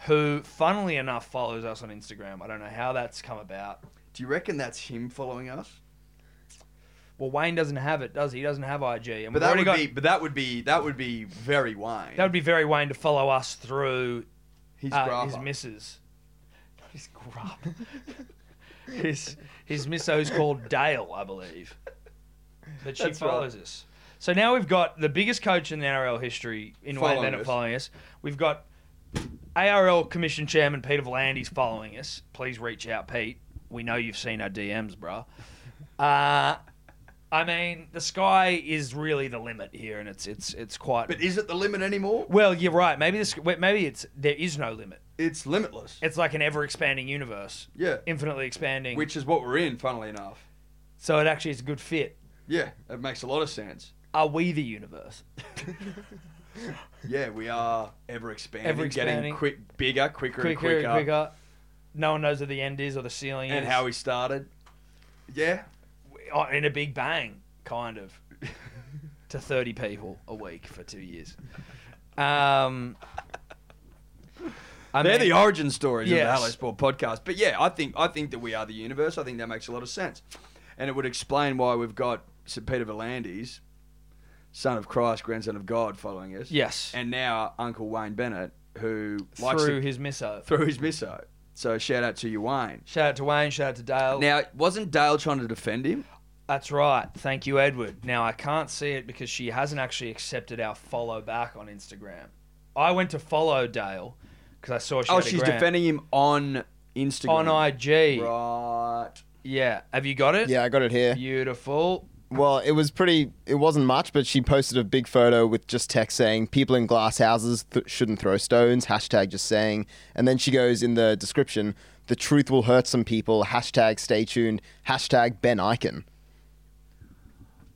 B: who, funnily enough, follows us on Instagram. I don't know how that's come about.
C: Do you reckon that's him following us?
B: Well, Wayne doesn't have it, does he? He doesn't have
C: But
B: IG. And we've
C: that
B: already
C: would
B: got,
C: be. But that would be. That would be very Wayne.
B: that would be very Wayne to follow us through
C: He's
B: uh, his
C: grubber.
B: missus. (laughs) Not his grub. his his misso's called Dale, I believe. But she
C: That's
B: follows us. So now we've got the biggest coach in the NRL history in Wayne
C: Following
B: Bennett
C: us.
B: following us. We've got ARL Commission Chairman Peter Vlandy's following us. Please reach out, Pete. We know you've seen our DMs, bruh. Uh, I mean, the sky is really the limit here, and it's it's it's quite.
C: But is it the limit anymore?
B: well, you're right. Maybe this. Maybe it's there is no limit.
C: It's limitless,
B: It's like an ever expanding universe.
C: Yeah.
B: Infinitely expanding.
C: which is what we're in, funnily enough.
B: so it actually is a good fit.
C: Yeah, it makes a lot of sense.
B: Are we the universe?
C: Yeah, we are ever expanding,
B: Ever expanding.
C: getting quick, bigger, quicker,
B: quicker,
C: and quicker,
B: and quicker. No one knows what the end is or the ceiling
C: and
B: is.
C: how we started. Yeah,
B: Oh, in a big bang, kind of, (laughs) to 30 people a week for two years. Um, I
C: they're
B: mean,
C: the origin stories of the
B: Yes.
C: Hello Sport podcast. But yeah, I think I think that we are the universe. I think that makes a lot of sense, and it would explain why we've got St. Peter Valandis, son of Christ, grandson of God, following us.
B: Yes.
C: and now Uncle Wayne Bennett, who likes
B: through
C: to,
B: his misso.
C: through his misso. So shout out to you, Wayne.
B: Shout out to Wayne, shout out to Dale.
C: Now, wasn't Dale trying to defend him?
B: That's right. Thank you, Edward. Now, I can't see it because she hasn't actually accepted our follow back on Instagram. I went to follow Dale because I saw she
C: Oh,
B: had a
C: she's
B: gram.
C: defending him on Instagram.
B: on IG.
C: Right.
B: Yeah. Have you got it?
D: Yeah, I got it here.
B: Beautiful.
D: Well, it was pretty. It wasn't much, but she posted a big photo with just text saying "People in glass houses th- shouldn't throw stones." Hashtag just saying, and then she goes in the description: "The truth will hurt some people." Hashtag stay tuned. Hashtag Ben Icon.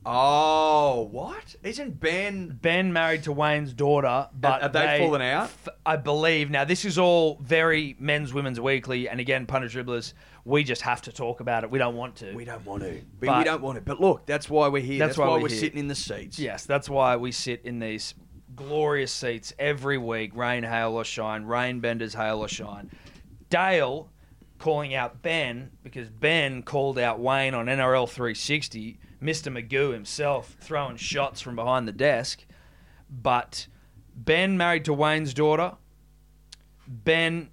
C: Oh, what? Isn't Ben?
B: Ben married to Wayne's daughter, but
C: have they fallen out?
B: f- I believe. Now this is all very Men's Women's Weekly, and again, punish dribblers. We just have to talk about it. We don't want to.
C: We don't want to. But, we
B: But-
C: don't want to. But look, that's why we're here. That's, why, we're,
B: here.
C: sitting in the seats.
B: Yes, that's why we sit in these glorious seats every week. Rain, hail, or shine. Rain benders, hail, or shine. Dale calling out Ben because Ben called out Wayne on NRL 360. Mr. Magoo himself throwing shots from behind the desk. But Ben married to Wayne's daughter. Ben,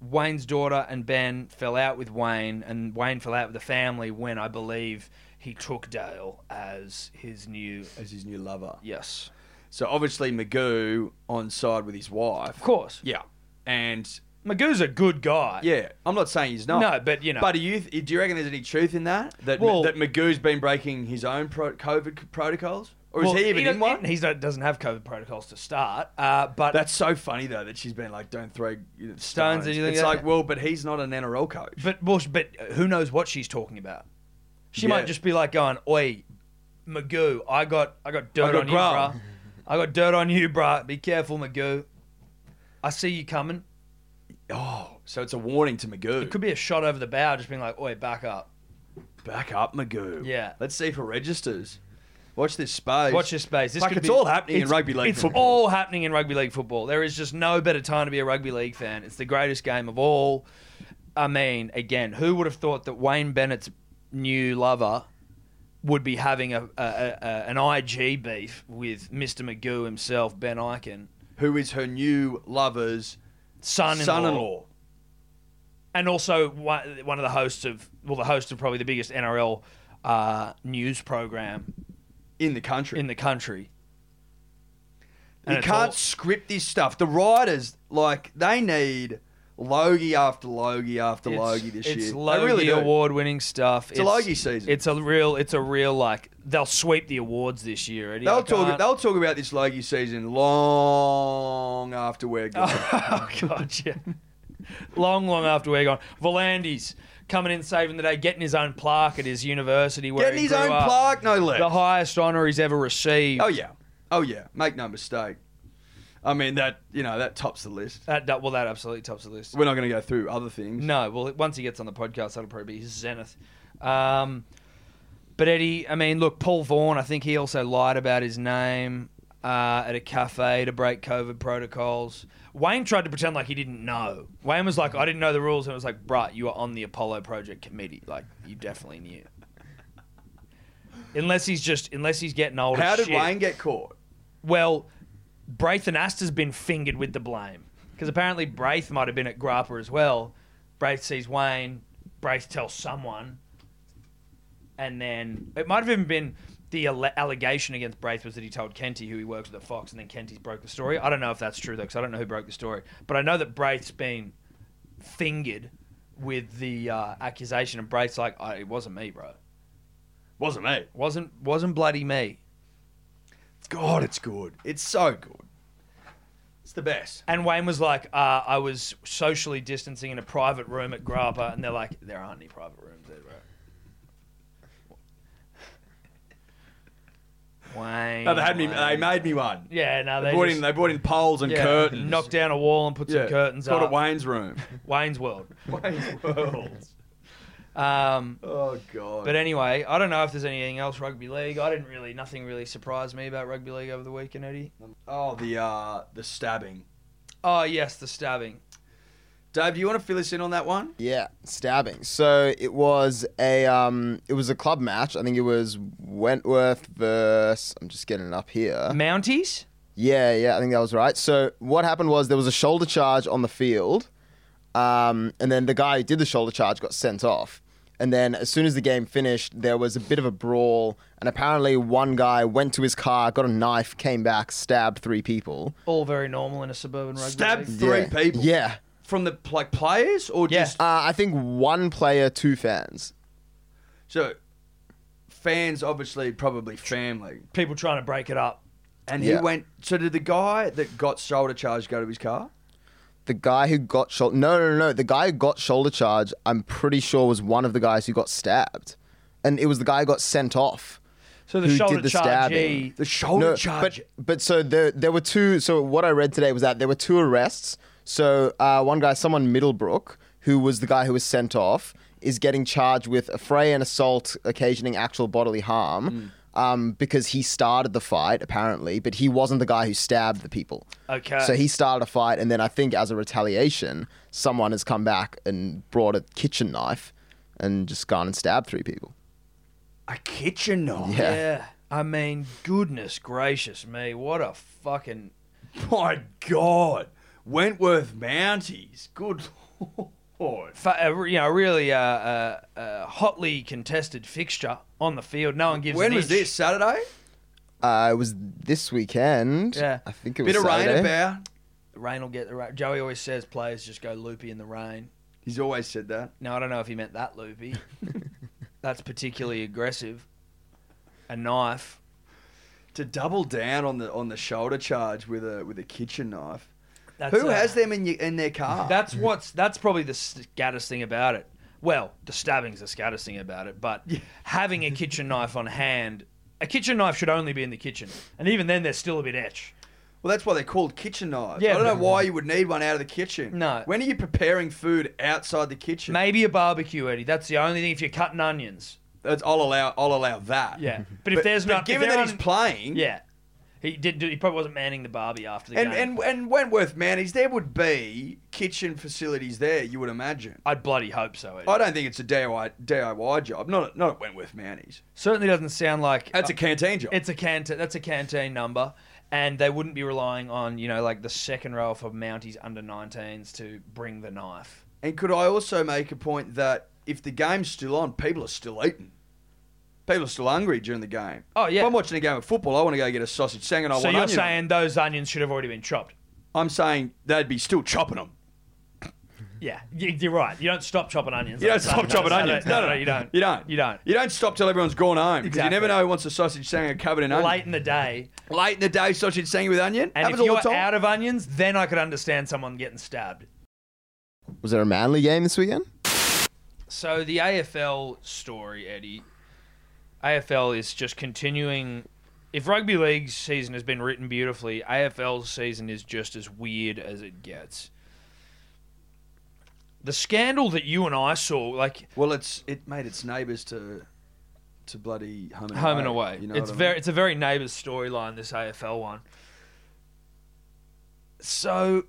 B: Wayne's daughter, and Ben fell out with Wayne, and Wayne fell out with the family when I believe he took Dale as his new.
C: As his new lover.
B: Yes.
C: So obviously Magoo on side with his wife.
B: Of course.
C: Yeah. And
B: Magoo's a good guy.
C: yeah, I'm not saying he's not.
B: No, but, you know.
C: But do you th- do you reckon there's any truth in that? That
B: Well-
C: that Magoo's been breaking his own pro- COVID c- protocols, or is
B: Well,
C: he even in
B: doesn't-
C: one?
B: He doesn't have COVID protocols to start. Uh, but
C: That's so funny though that she's been like, "Don't throw stones."
B: Stones, and you think
C: it's
B: that-
C: like, well, but he's not an NRL coach.
B: but well, but who knows what she's talking about? She
C: Yeah.
B: might just be like going, "Oi, Magoo, I got I got dirt
C: I got
B: on you,
C: grub."
B: bruh. I got dirt on you, bruh. Be careful, Magoo. I see you coming.
C: Oh, so it's a warning to Magoo.
B: It could be a shot over the bow, just being like, "Oi, back up."
C: Back up, Magoo.
B: Yeah.
C: Let's see if it registers. Watch this space.
B: Watch this space. This
C: Like,
B: could
C: it's
B: be-
C: all happening in
B: it's-
C: rugby league
B: It's
C: football.
B: all happening in rugby league football. There is just no better time to be a rugby league fan. It's the greatest game of all. I mean, again, who would have thought that Wayne Bennett's new lover would be having a, a, a, a- an IG beef with Mr. Magoo himself, Ben Eichen,
C: Who is her new lover's
B: son-in-law,
C: son-in-law?
B: and also one one of the hosts of well, the host of probably the biggest NRL uh, news program
C: in the country.
B: in the country. And
C: you
B: it's
C: can't
B: all-
C: script this stuff. The writers, like, they need Logie after Logie after Logie this
B: it's
C: year.
B: Logie
C: they really do.
B: award-winning stuff.
C: It's a Logie season.
B: It's a real. It's a real like they'll sweep the awards this year. Eddie. I
C: They'll talk.
B: can't-
C: They'll talk about this Logie season long after we're gone.
B: (laughs) oh god, yeah. long, long after we're gone. Volandis coming in, saving the day, getting his own plaque at his university. Where
C: Getting
B: he
C: his
B: grew
C: own
B: up.
C: plaque, no less.
B: the highest honour he's ever received.
C: oh yeah, oh yeah. Make no mistake. I mean that you know that tops the list.
B: That, that well, that absolutely tops the list.
C: We're not going to go through other things.
B: No, well, once he gets on the podcast, that'll probably be his zenith. Um, but Eddie, I mean, look, Paul Vaughan, I think he also lied about his name uh, at a cafe to break COVID protocols. Wayne tried to pretend like he didn't know. Wayne was like, I didn't know the rules. And it was like, bruh, you are on the Apollo Project Committee. Like, you definitely knew. Unless he's just, unless he's getting old.
C: How
B: as
C: did
B: shit.
C: Wayne get caught?
B: Well, Braith and Asta's been fingered with the blame because apparently Braith might have been at Grappa as well. Braith sees Wayne. Braith tells someone, and then it might have even been the alle- allegation against Braith was that he told Kenty, who he works with at Fox, and then Kenty's broke the story. I don't know if that's true though, because I don't know who broke the story. But I know that Braith's been fingered with the uh, accusation, and Braith's like, "I- "It wasn't me, bro.
C: Wasn't me.
B: wasn't wasn't bloody me."
C: God, it's good. It's so good. It's the best.
B: And Wayne was like, uh, I was socially distancing in a private room at Grappa, and they're like, there aren't any private rooms there, bro. Wayne.
C: No, they had me.
B: Wayne.
C: They made me one.
B: Yeah, no,
C: They
B: they,
C: brought
B: just,
C: in. They brought in poles and
B: yeah,
C: curtains.
B: Knocked down a wall and put some curtains
C: Got
B: up.
C: at Wayne's room.
B: Wayne's World.
C: (laughs) Wayne's World.
B: Um,
C: Oh God.
B: but anyway, I don't know if there's anything else rugby league. I didn't really, nothing really surprised me about rugby league over the weekend, Eddie.
C: oh, the uh, the stabbing.
B: Oh yes, the stabbing.
C: Dave, do you want to fill us in on that one?
D: Yeah, stabbing. So it was a um, it was a club match. I think it was Wentworth versus. I'm just getting it up here.
B: Mounties.
D: Yeah, yeah, I think that was right. So what happened was there was a shoulder charge on the field, um, and then the guy who did the shoulder charge got sent off. And then as soon as the game finished, there was a bit of a brawl, and apparently one guy went to his car, got a knife, came back, stabbed three people.
B: All very normal in a suburban rugby
C: Stabbed
B: league.
C: Three
D: yeah.
C: people?
D: Yeah,
C: From the like players or
B: Yeah.
C: just
D: uh, I think one player, two fans.
C: so fans? Obviously, probably family.
B: People trying to break it up.
C: And
D: Yeah.
C: he went. So did the guy that got shoulder charged go to his car?
D: The guy who got shoulder no, no, no, no, the guy who got shoulder charge, I'm pretty sure was one of the guys who got stabbed, and it was the guy who got sent off.
B: So the
D: who
B: shoulder
D: did the
B: charge.
D: stabbing.
B: he-
C: The shoulder charge.
D: But, but so there, there were two. So what I read today was that there were two arrests. So uh, one guy, someone Middlebrook, who was the guy who was sent off, is getting charged with affray and assault, occasioning actual bodily harm.
C: Hmm.
D: Um, because he started the fight apparently, but he wasn't the guy who stabbed the people.
B: Okay.
D: So he started a fight, and then I think as a retaliation, someone has come back and brought a kitchen knife and just gone and stabbed three people.
C: A kitchen knife.
D: Yeah.
B: yeah. I mean, goodness gracious me, what a fucking
C: (laughs) My God. Wentworth Mounties. Good lord.
B: fa- uh, you know really uh, uh, uh, hotly contested fixture on the field. No one gives.
C: When
B: an
C: was
B: inch.
C: this? Saturday?
D: Uh, it was this weekend.
B: Yeah.
D: I think it was
C: Bit of rain
D: Saturday.
C: about.
B: The rain will get the rain. Joey always says players just go loopy in the rain.
C: He's always said that.
B: Now I don't know if he meant
D: (laughs)
B: that loopy. That's particularly aggressive. A knife.
C: To double down on the on the shoulder charge with a with a kitchen knife.
B: That's
C: Who
B: uh,
C: has them in your, in their car?
B: That's what's that's probably the scaddest thing about it. Well, the stabbing's the scaddest thing about it, but having a kitchen knife on hand, a kitchen knife should only be in the kitchen, and even then, they're still a bit etch.
C: well, that's why they're called kitchen knives.
B: Yeah,
C: I don't know
B: but-
C: why you would need one out of the kitchen.
B: No.
C: When are you preparing food outside the kitchen?
B: Maybe a barbecue, Eddie. That's the only thing if you're cutting onions.
C: That's, I'll allow I'll allow that. (laughs)
B: Yeah, but if there's
C: but
B: not, if
C: given
B: they're
C: that he's
B: on-
C: playing,
B: yeah, he did. do- He probably wasn't manning the barbie after the
C: and,
B: game.
C: and and Wentworth Mounties, there would be kitchen facilities there. You would imagine.
B: I'd bloody hope so. Eddie.
C: I don't think it's a DIY DIY job. Not not at Wentworth Mounties.
B: Certainly doesn't sound like
C: That's a canteen job.
B: It's a canteen. That's a canteen number, and they wouldn't be relying on you know like the second row for Mounties under 19s to bring the knife.
C: and could I also make a point that if the game's still on, people are still eating. People are still hungry during the game.
B: Oh, yeah.
C: If I'm watching a game of football, I want to go get a sausage sang and I
B: so
C: want
B: you're
C: onion.
B: saying those onions should have already been chopped?
C: I'm saying they'd be still chopping them.
B: Yeah, y- you're right. You don't stop chopping onions.
C: You
B: on
C: don't
B: a
C: stop
B: Sunday.
C: chopping
B: No,
C: onions.
B: No, no, no, you don't.
C: You don't.
B: You don't.
C: You don't stop till everyone's gone home. 'cause
B: Exactly.
C: You never know who wants a sausage sang covered in onion.
B: Late in the day,
C: Late in the day, sausage sang with onion.
B: and
C: Happens
B: if
C: all
B: you're
C: the time.
B: out of onions, then I could understand someone getting stabbed.
D: Was there a manly game this weekend?
B: So the AFL story, Eddie. AFL is just continuing. If rugby league's season has been written beautifully, AFL's season is just as weird as it gets. The scandal that you and I saw, like
C: well, it's it made its neighbours to to bloody home and
B: home
C: away.
B: and away,
C: You know what
B: it's
C: I mean?
B: very it's a very neighbours storyline. This AFL one. So,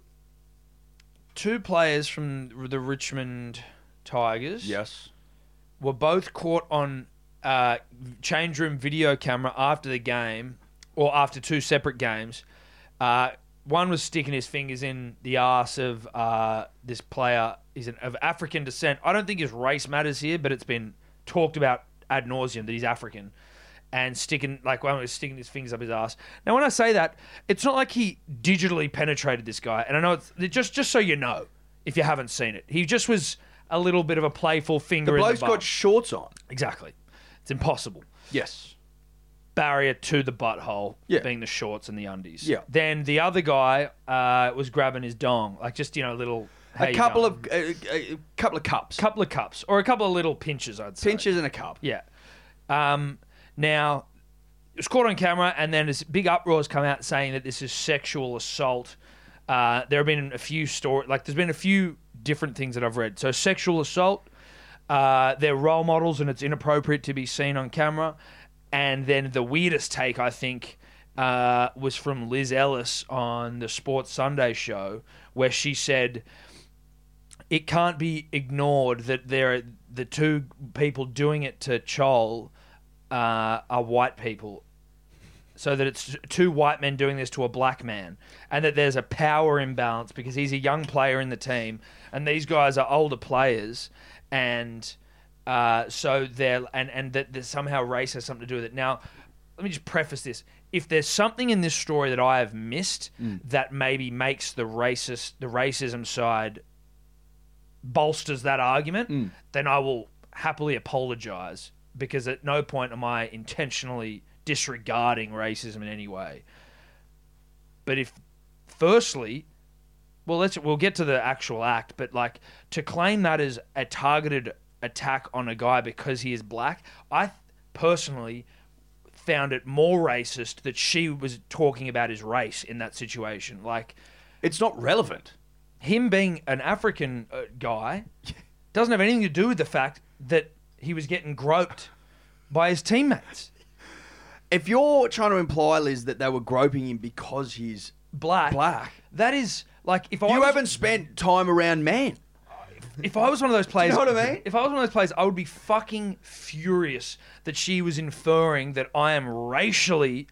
B: two players from the Richmond Tigers,
C: yes.
B: were both caught on uh, change room video camera after the game, or after two separate games. Uh, one was sticking his fingers in the arse of uh, this player. He's an, of African descent. I don't think his race matters here, but it's been talked about ad nauseum that he's African. and sticking like when he was sticking his fingers up his ass. Now, when I say that, it's not like he digitally penetrated this guy. And I know it's just just so you know, if you haven't seen it, he just was a little bit of a playful finger.
C: The
B: in
C: bloke's
B: the bum.
C: got shorts on.
B: exactly. It's impossible
C: Yes.
B: barrier to the butthole
C: Yeah.
B: being the shorts and the undies.
C: Yeah.
B: Then the other guy uh, was grabbing his dong, like just you know, a little how
C: a
B: you
C: couple
B: going?
C: of a, a couple of cups,
B: couple of cups or a couple of little pinches. I'd say
C: pinches and a cup.
B: Yeah. Um, now it was caught on camera, and then this big uproar's come out saying that this is sexual assault. Uh, there have been a few story, like there's been a few different things that I've read. So sexual assault, uh, they're role models, and it's inappropriate to be seen on camera. And then the weirdest take I think uh, was from Liz Ellis on the Sports Sunday show, where she said it can't be ignored that there are the two people doing it to Chol uh, are white people. So that it's two white men doing this to a black man, and that there's a power imbalance because he's a young player in the team, and these guys are older players, and uh, so they're and and that there's somehow race has something to do with it. Now, let me just preface this: if there's something in this story that I have missed that maybe makes the racist the racism side bolsters that argument, then I will happily apologize because at no point am I intentionally disregarding racism in any way. But if, firstly, well, let's we'll get to the actual act, but like to claim that as a targeted attack on a guy because he is black, I th- personally found it more racist that she was talking about his race in that situation. Like,
C: It's not relevant.
B: him being an African uh,
C: (laughs)
B: guy doesn't have anything to do with the fact that he was getting groped by his teammates.
C: If you're trying to imply, Liz, that they were groping him because he's
B: Black.
C: Black.
B: That is like if I
C: you
B: was,
C: haven't spent time around man.
B: if I was one of those players,
C: you know what I mean?
B: If I was one of those players, I would be fucking furious that she was inferring that I am racially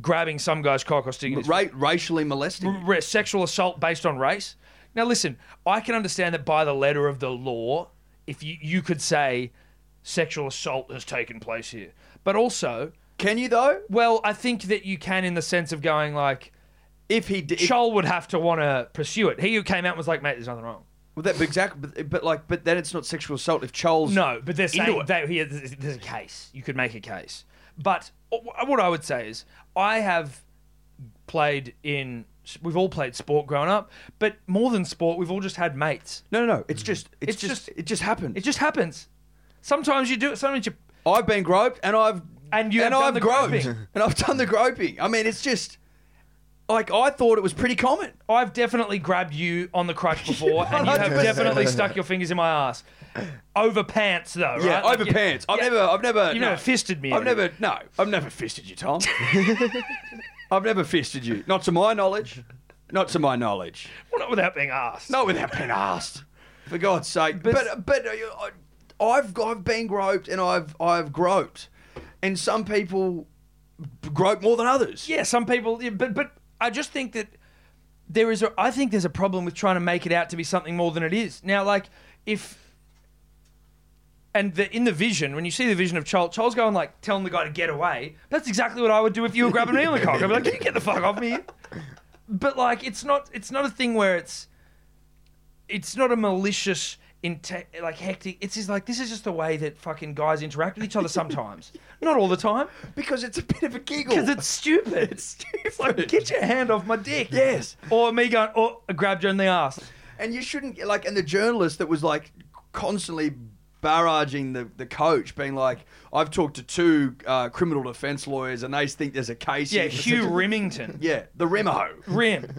B: grabbing some guy's cock or sticking his
C: Ra- racially molesting. him.
B: r- r- sexual assault based on race. Now, listen, I can understand that by the letter of the law, if you, you could say sexual assault has taken place here. But also,
C: Can you though?
B: well, I think that you can in the sense of going like,
C: If he did,
B: Shoal would have to want to pursue it. He who came out was like, mate, there's nothing wrong.
C: well, that, but exactly, but, but like, but then it's not sexual assault. If Charles,
B: No, but they're
C: Into
B: saying
C: it.
B: that here, there's there's a case. You could make a case. But wh- what I would say is, I have played in. We've all played sport growing up, but more than sport, we've all just had mates.
C: no, no, no. It's just, it's,
B: It's
C: just,
B: just-
C: it just happened.
B: It just happens. Sometimes you do it. Sometimes
C: (laughs)
B: you.
C: I've been groped, and I've
B: And you have done
C: I've
B: the
C: groped, (laughs)
B: groping.
C: and I've done the groping. I mean, it's just like I thought it was pretty common.
B: I've definitely grabbed you on the
C: (laughs)
B: crotch before, and you have
C: 100%.
B: definitely stuck your fingers in my ass. Over pants, though.
C: Yeah,
B: right? Like,
C: over pants. I've
B: yeah.
C: never, I've never.
B: You
C: no.
B: never fisted me
C: I've
B: or
C: never, no, I've never fisted you,
B: (laughs)
C: Tom. I've never fisted you. Not to my knowledge. Not to my knowledge.
B: Well, not without being asked.
C: Not without being asked. For God's sake. But but, uh, I- I've I've been groped and I've I've groped, and some people grope more than others.
B: Yeah, some people. Yeah, but but I just think that there is. A, I think there's a problem with trying to make it out to be something more than it is. Now, like if. And the, in the vision, when you see the vision of Charles, Charles going like telling the guy to get away, that's (laughs) exactly what I would do if you were grabbing me on
C: (laughs)
B: the cock. I'd be like, "Can you get the fuck off me?" But like, it's not. It's not a thing where it's. It's not a malicious, inte- like hectic. It's just like this is just the way that fucking guys interact with each
C: (laughs)
B: other sometimes, not all the time.
C: Because it's a bit of a giggle.
B: Because it's stupid. It's
C: stupid.
B: like, get your hand off my dick.
C: Yes.
B: Or me going, oh, I grabbed you in the ass.
C: And you shouldn't like, and the journalist that was like constantly barraging the, the coach, being like, "I've talked to two uh, criminal defense lawyers, and they think there's a case."
B: Yeah,
C: here for
B: Hugh
C: such a-"
B: Rimmington.
C: Yeah, the Rimho,
B: Rim.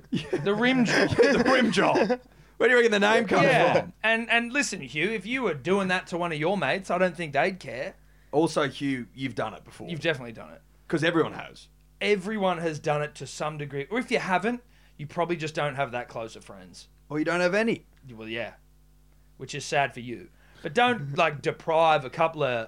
C: (laughs)
B: The rim job.
C: the Rim
B: (laughs)
C: job. Where do you reckon the name comes
B: Yeah.
C: from?
B: And, and listen, Hugh, if you were doing that to one of your mates, I don't think they'd care.
C: Also, Hugh, you've done it before
B: You've definitely done it.
C: because everyone has.
B: Everyone has done it to some degree. Or if you haven't, you probably just don't have that close of friends.
C: Or you don't have any.
B: Well, yeah, which is sad for you.
C: (laughs)
B: But don't like deprive a couple of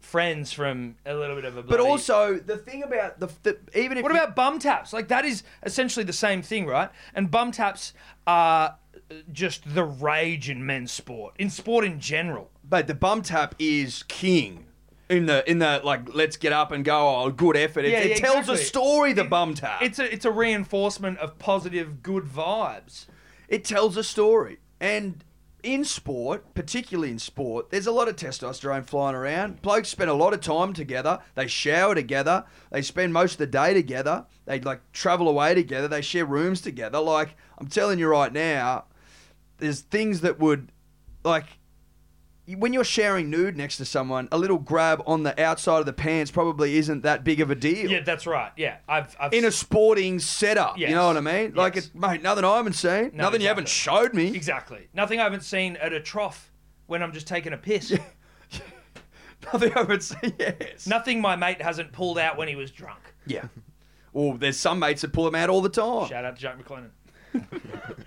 B: friends from a little bit of
C: (laughs)
B: a.
C: But
B: bloody-
C: also the thing about the, the even if
B: What
C: you-
B: about bum taps? Like that is essentially the same thing, right? And bum taps are uh, just the rage in men's sport, in sport in general.
C: but the bum tap is king. in the in the like let's get up and go oh good effort it,
B: Yeah,
C: it
B: yeah,
C: tells a
B: exactly.
C: story the
B: It-
C: bum tap
B: It's a it's a reinforcement of positive good vibes.
C: it tells a story. And in sport, particularly in sport, there's a lot of testosterone flying around. Blokes spend a lot of time together. They shower together. They spend most of the day together. They like travel away together. They share rooms together. Like I'm telling you right now, there's things that would like when you're sharing nude next to someone, a little grab on the outside of the pants probably isn't that big of a deal
B: Yeah, that's right. Yeah, I've, I've
C: in a sporting setup.
B: Yes.
C: You know what I mean? Like,
B: Yes.
C: it's, mate, nothing I haven't seen.
B: No,
C: nothing you
B: exactly.
C: haven't showed me.
B: exactly nothing I haven't seen at a trough when I'm just taking a piss.
C: (laughs) Nothing I haven't seen. Yes.
B: Nothing my mate hasn't pulled out when he was drunk.
C: Yeah. (laughs) Or there's some mates that pull them out all the time.
B: Shout out to Jack McLennan.
C: (laughs)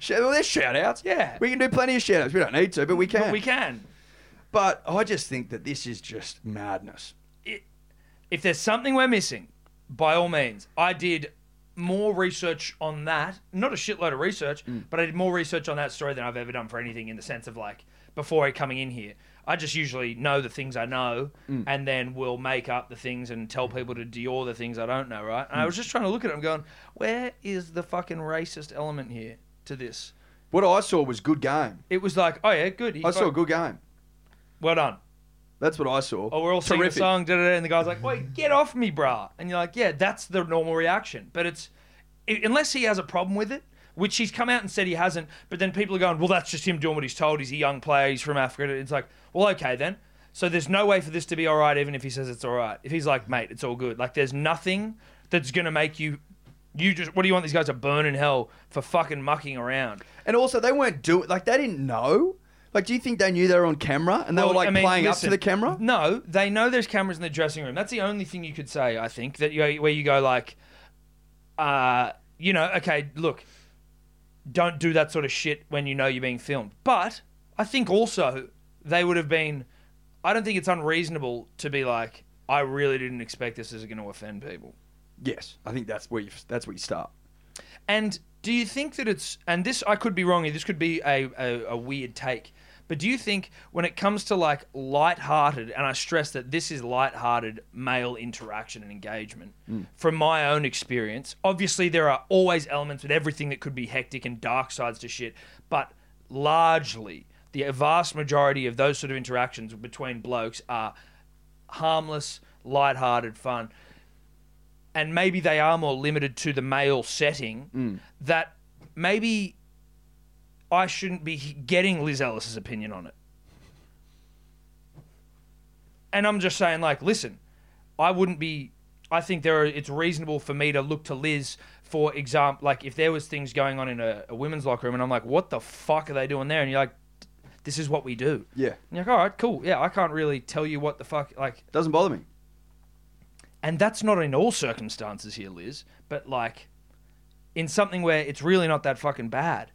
C: Shout, well, there's shout outs.
B: Yeah.
C: We can do plenty of shout outs. We don't need to, but we can.
B: But we can.
C: But I just think that this is just madness.
B: If there's something we're missing, by all means, I did more research on that. Not a shitload of research,
C: Mm.
B: but I did more research on that story than I've ever done for anything in the sense of like before coming in here. I just usually know the things I know
C: Mm.
B: and then will make up the things and tell people to Dior the things I don't know, right?
C: Mm.
B: And I was just trying to look at it and going, where is the fucking racist element here to this?
C: What I saw was good game.
B: It was like, oh yeah, good. he
C: I saw
B: fuck-
C: a good game.
B: Well done.
C: That's what I saw.
B: oh, we're all singing a
C: terrific.
B: song, da, da, da, and the guy's like, wait, get off me, brah. And you're like, yeah, that's the normal reaction. But it's, i unless he has a problem with it, which he's come out and said he hasn't, but then people are going, well, that's just him doing what he's told. He's a young player, he's from Africa. It's like, well, okay then. So there's no way for this to be all right, even if he says it's all right. If he's like, mate, it's all good. Like, there's nothing that's going to make you. You just what do you want these guys to burn in hell for fucking mucking around?
C: And also, they weren't doing like they didn't know. Like, do you think they knew they were on camera and they were
B: Well,
C: like
B: I mean,
C: playing
B: listen,
C: up to the camera?
B: No, they know there's cameras in the dressing room. That's the only thing you could say, I think, that you, where you go like, uh, you know, okay, look, don't do that sort of shit when you know you're being filmed. But I think also they would have been. I don't think it's unreasonable to be like, I really didn't expect this is going to offend people.
C: Yes, I think that's where you that's where you start.
B: And do you think that it's and this I could be wrong here. This could be a, a, a weird take, but do you think when it comes to like light-hearted and I stress that this is light-hearted male interaction and engagement
E: Mm.
B: from my own experience. Obviously, there are always elements with everything that could be hectic and dark sides to shit, but largely the vast majority of those sort of interactions between blokes are harmless, light-hearted fun and maybe they are more limited to the male setting,
E: Mm.
B: that maybe I shouldn't be getting Liz Ellis's opinion on it. And I'm just saying, like, listen, I wouldn't be. I think there are, it's reasonable for me to look to Liz for example, like if there was things going on in a, a women's locker room, and I'm like, what the fuck are they doing there? And you're like, this is what we do.
C: Yeah.
B: And you're like, all right, cool. Yeah, I can't really tell you what the fuck. Like,
C: Doesn't bother me.
B: and that's not in all circumstances here, Liz, but like in something where it's really not that fucking bad.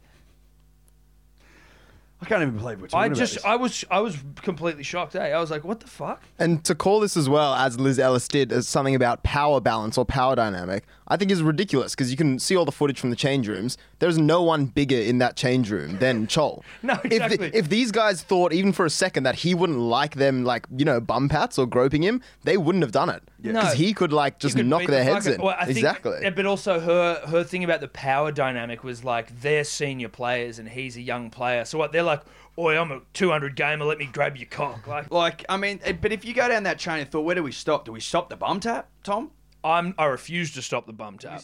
C: I can't even believe we're talking
B: I
C: about
B: just
C: this.
B: I was I was completely shocked, eh? I was like, what the fuck?
D: And to call this as well as Liz Ellis did as something about power balance or power dynamic, I think is ridiculous because you can see all the footage from the change rooms. There's no one bigger in that change room
B: (laughs)
D: than Chol.
B: No,
D: If,
B: exactly.
D: the- if these guys thought even for a second that he wouldn't like them, like you know, bum pats or groping him, they wouldn't have done it
B: No.
D: because he could like just
B: You could
D: knock
B: beat
D: their
B: the
D: heads
B: fuck-
D: in.
B: Well, I think-
D: exactly.
B: (laughs) yeah, but also her her thing about the power dynamic was like they're senior players and he's a young player. So what they're like, Oi, I'm a two hundred gamer, let me grab your cock. Like
C: Like, I mean, eh, but if you go down that train of thought, where do we stop? Do we stop the bum tap, Tom?
B: I'm I refuse to stop the bum tap.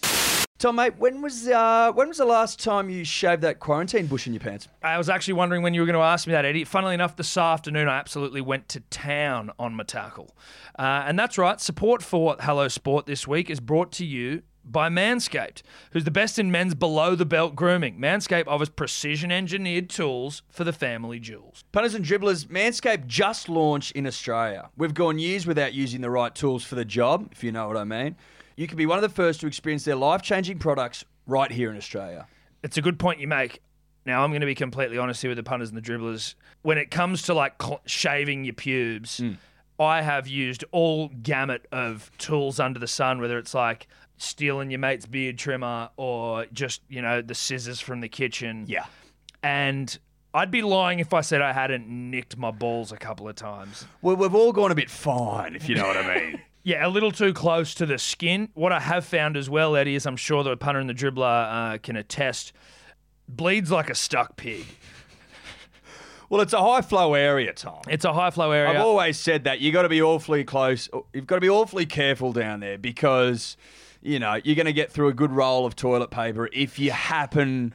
C: Tom, mate, when was uh, when was the last time you shaved that quarantine bush in your pants?
B: I was actually wondering when you were going to ask me that, Eddie. Funnily enough, this afternoon I absolutely went to town on my tackle. Uh, and that's right, support for Hello Sport this week is brought to you by Manscaped, who's the best in men's below the belt grooming. Manscaped offers precision engineered tools for the family jewels.
C: Punters and dribblers, Manscaped just launched in Australia. We've gone years without using the right tools for the job, if you know what I mean. You can be one of the first to experience their life-changing products right here in Australia.
B: It's a good point you make. Now, I'm going to be completely honest here with the punters and the dribblers. When it comes to like cl- shaving your pubes,
C: Mm.
B: I have used all gamut of tools under the sun, whether it's like stealing your mate's beard trimmer or just, you know, the scissors from the kitchen.
C: Yeah.
B: And I'd be lying if I said I hadn't nicked my balls a couple of times.
C: Well, we've all gone a bit fine, if you know what I
B: (laughs)
C: mean.
B: Yeah, a little too close to the skin. What I have found as well, Eddie, is I'm sure the punter and the dribbler uh, can attest, bleeds like a stuck pig.
C: well, it's a high flow area, Tom.
B: It's a high flow
C: I've
B: area.
C: always said that you got to be awfully close. You've got to be awfully careful down there because you know you're going to get through a good roll of toilet paper if you happen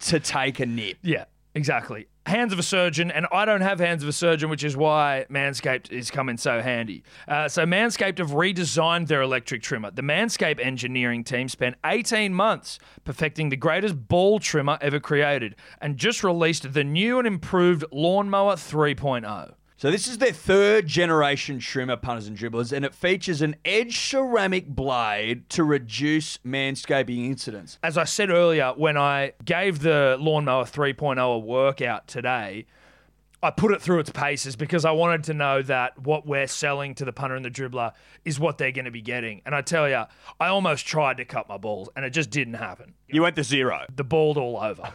C: to take a nip.
B: yeah, exactly. Hands of a surgeon, and I don't have hands of a surgeon, which is why Manscaped is coming so handy. Uh, so, Manscaped have redesigned their electric trimmer. The Manscaped engineering team spent 18 months perfecting the greatest ball trimmer ever created and just released the new and improved Lawnmower oh. 3.0.
C: So this is their third generation trimmer punters and dribblers, and it features an edge ceramic blade to reduce manscaping incidents.
B: as I said earlier, when I gave the lawnmower 3.0 a workout today, I put it through its paces because I wanted to know that what we're selling to the punter and the dribbler is what they're going to be getting. And I tell you, I almost tried to cut my balls and it just didn't happen. (laughs)
C: You went to zero.
B: The balled all over.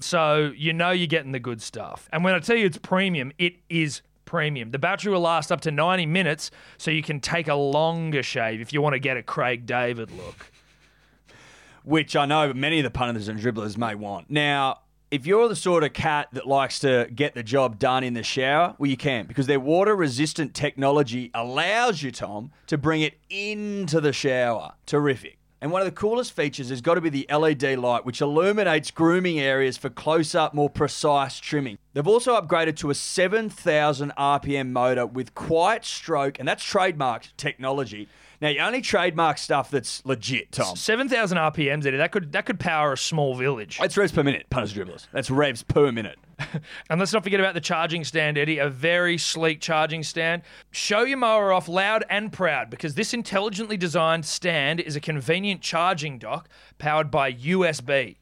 B: so you know you're getting the good stuff. And when I tell you it's premium, it is premium. The battery will last up to 90 minutes, so you can take a longer shave if you want to get a Craig David look.
C: which I know many of the punters and dribblers may want. Now, if you're the sort of cat that likes to get the job done in the shower, well, you can because their water resistant technology allows you, Tom, to bring it into the shower. Terrific. And one of the coolest features has got to be the LED light, which illuminates grooming areas for close up, more precise trimming. They've also upgraded to a 7,000 RPM motor with quiet stroke, and that's trademarked technology. Now, you only trademark stuff that's legit, Tom.
B: Seven thousand RPMs in it. That could that could power a small village.
C: It's revs per minute, punters and dribblers. That's revs per minute.
B: And let's not forget about the charging stand, Eddie. A very sleek charging stand. Show your mower off loud and proud because this intelligently designed stand is a convenient charging dock powered by USB.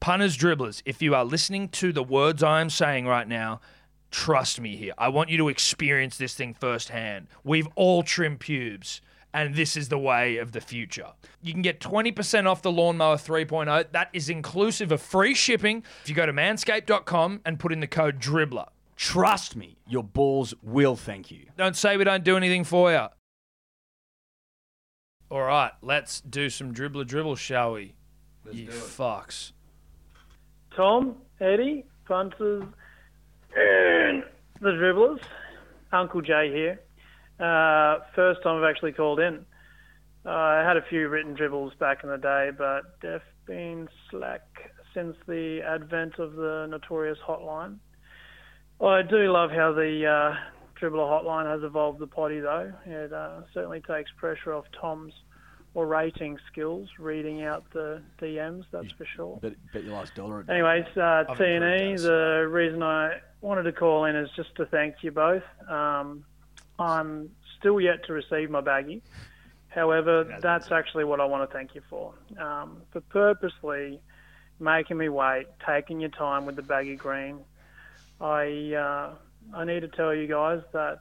B: Punters, dribblers, if you are listening to the words I am saying right now, trust me here. I want you to experience this thing firsthand. We've all trimmed pubes, and this is the way of the future. You can get 20% off the Lawnmower 3.0. That is inclusive of free shipping if you go to manscaped.com and put in the code DRIBBLER.
C: Trust me, your balls will thank you.
B: Don't say we don't do anything for you. All right, let's do some dribbler dribble, shall we? you fucks.
F: Tom, Eddie, punters, and the dribblers. Uncle Jay here. Uh, first time I've actually called in. Uh, I had a few written dribbles back in the day, but they've been slack since the advent of the notorious hotline. I do love how the uh, dribbler hotline has evolved the potty, though. It uh, certainly takes pressure off Tom's orating skills, reading out the DMs, that's for sure.
C: Bet, bet your last dollar. a-
F: Anyways, uh, T and E.
B: improved,
F: The reason I wanted to call in is just to thank you both. Um, I'm still yet to receive my baggie. However, that's actually what I want to thank you for. Um, for purposely making me wait, taking your time with the baggy green. I uh, I need to tell you guys that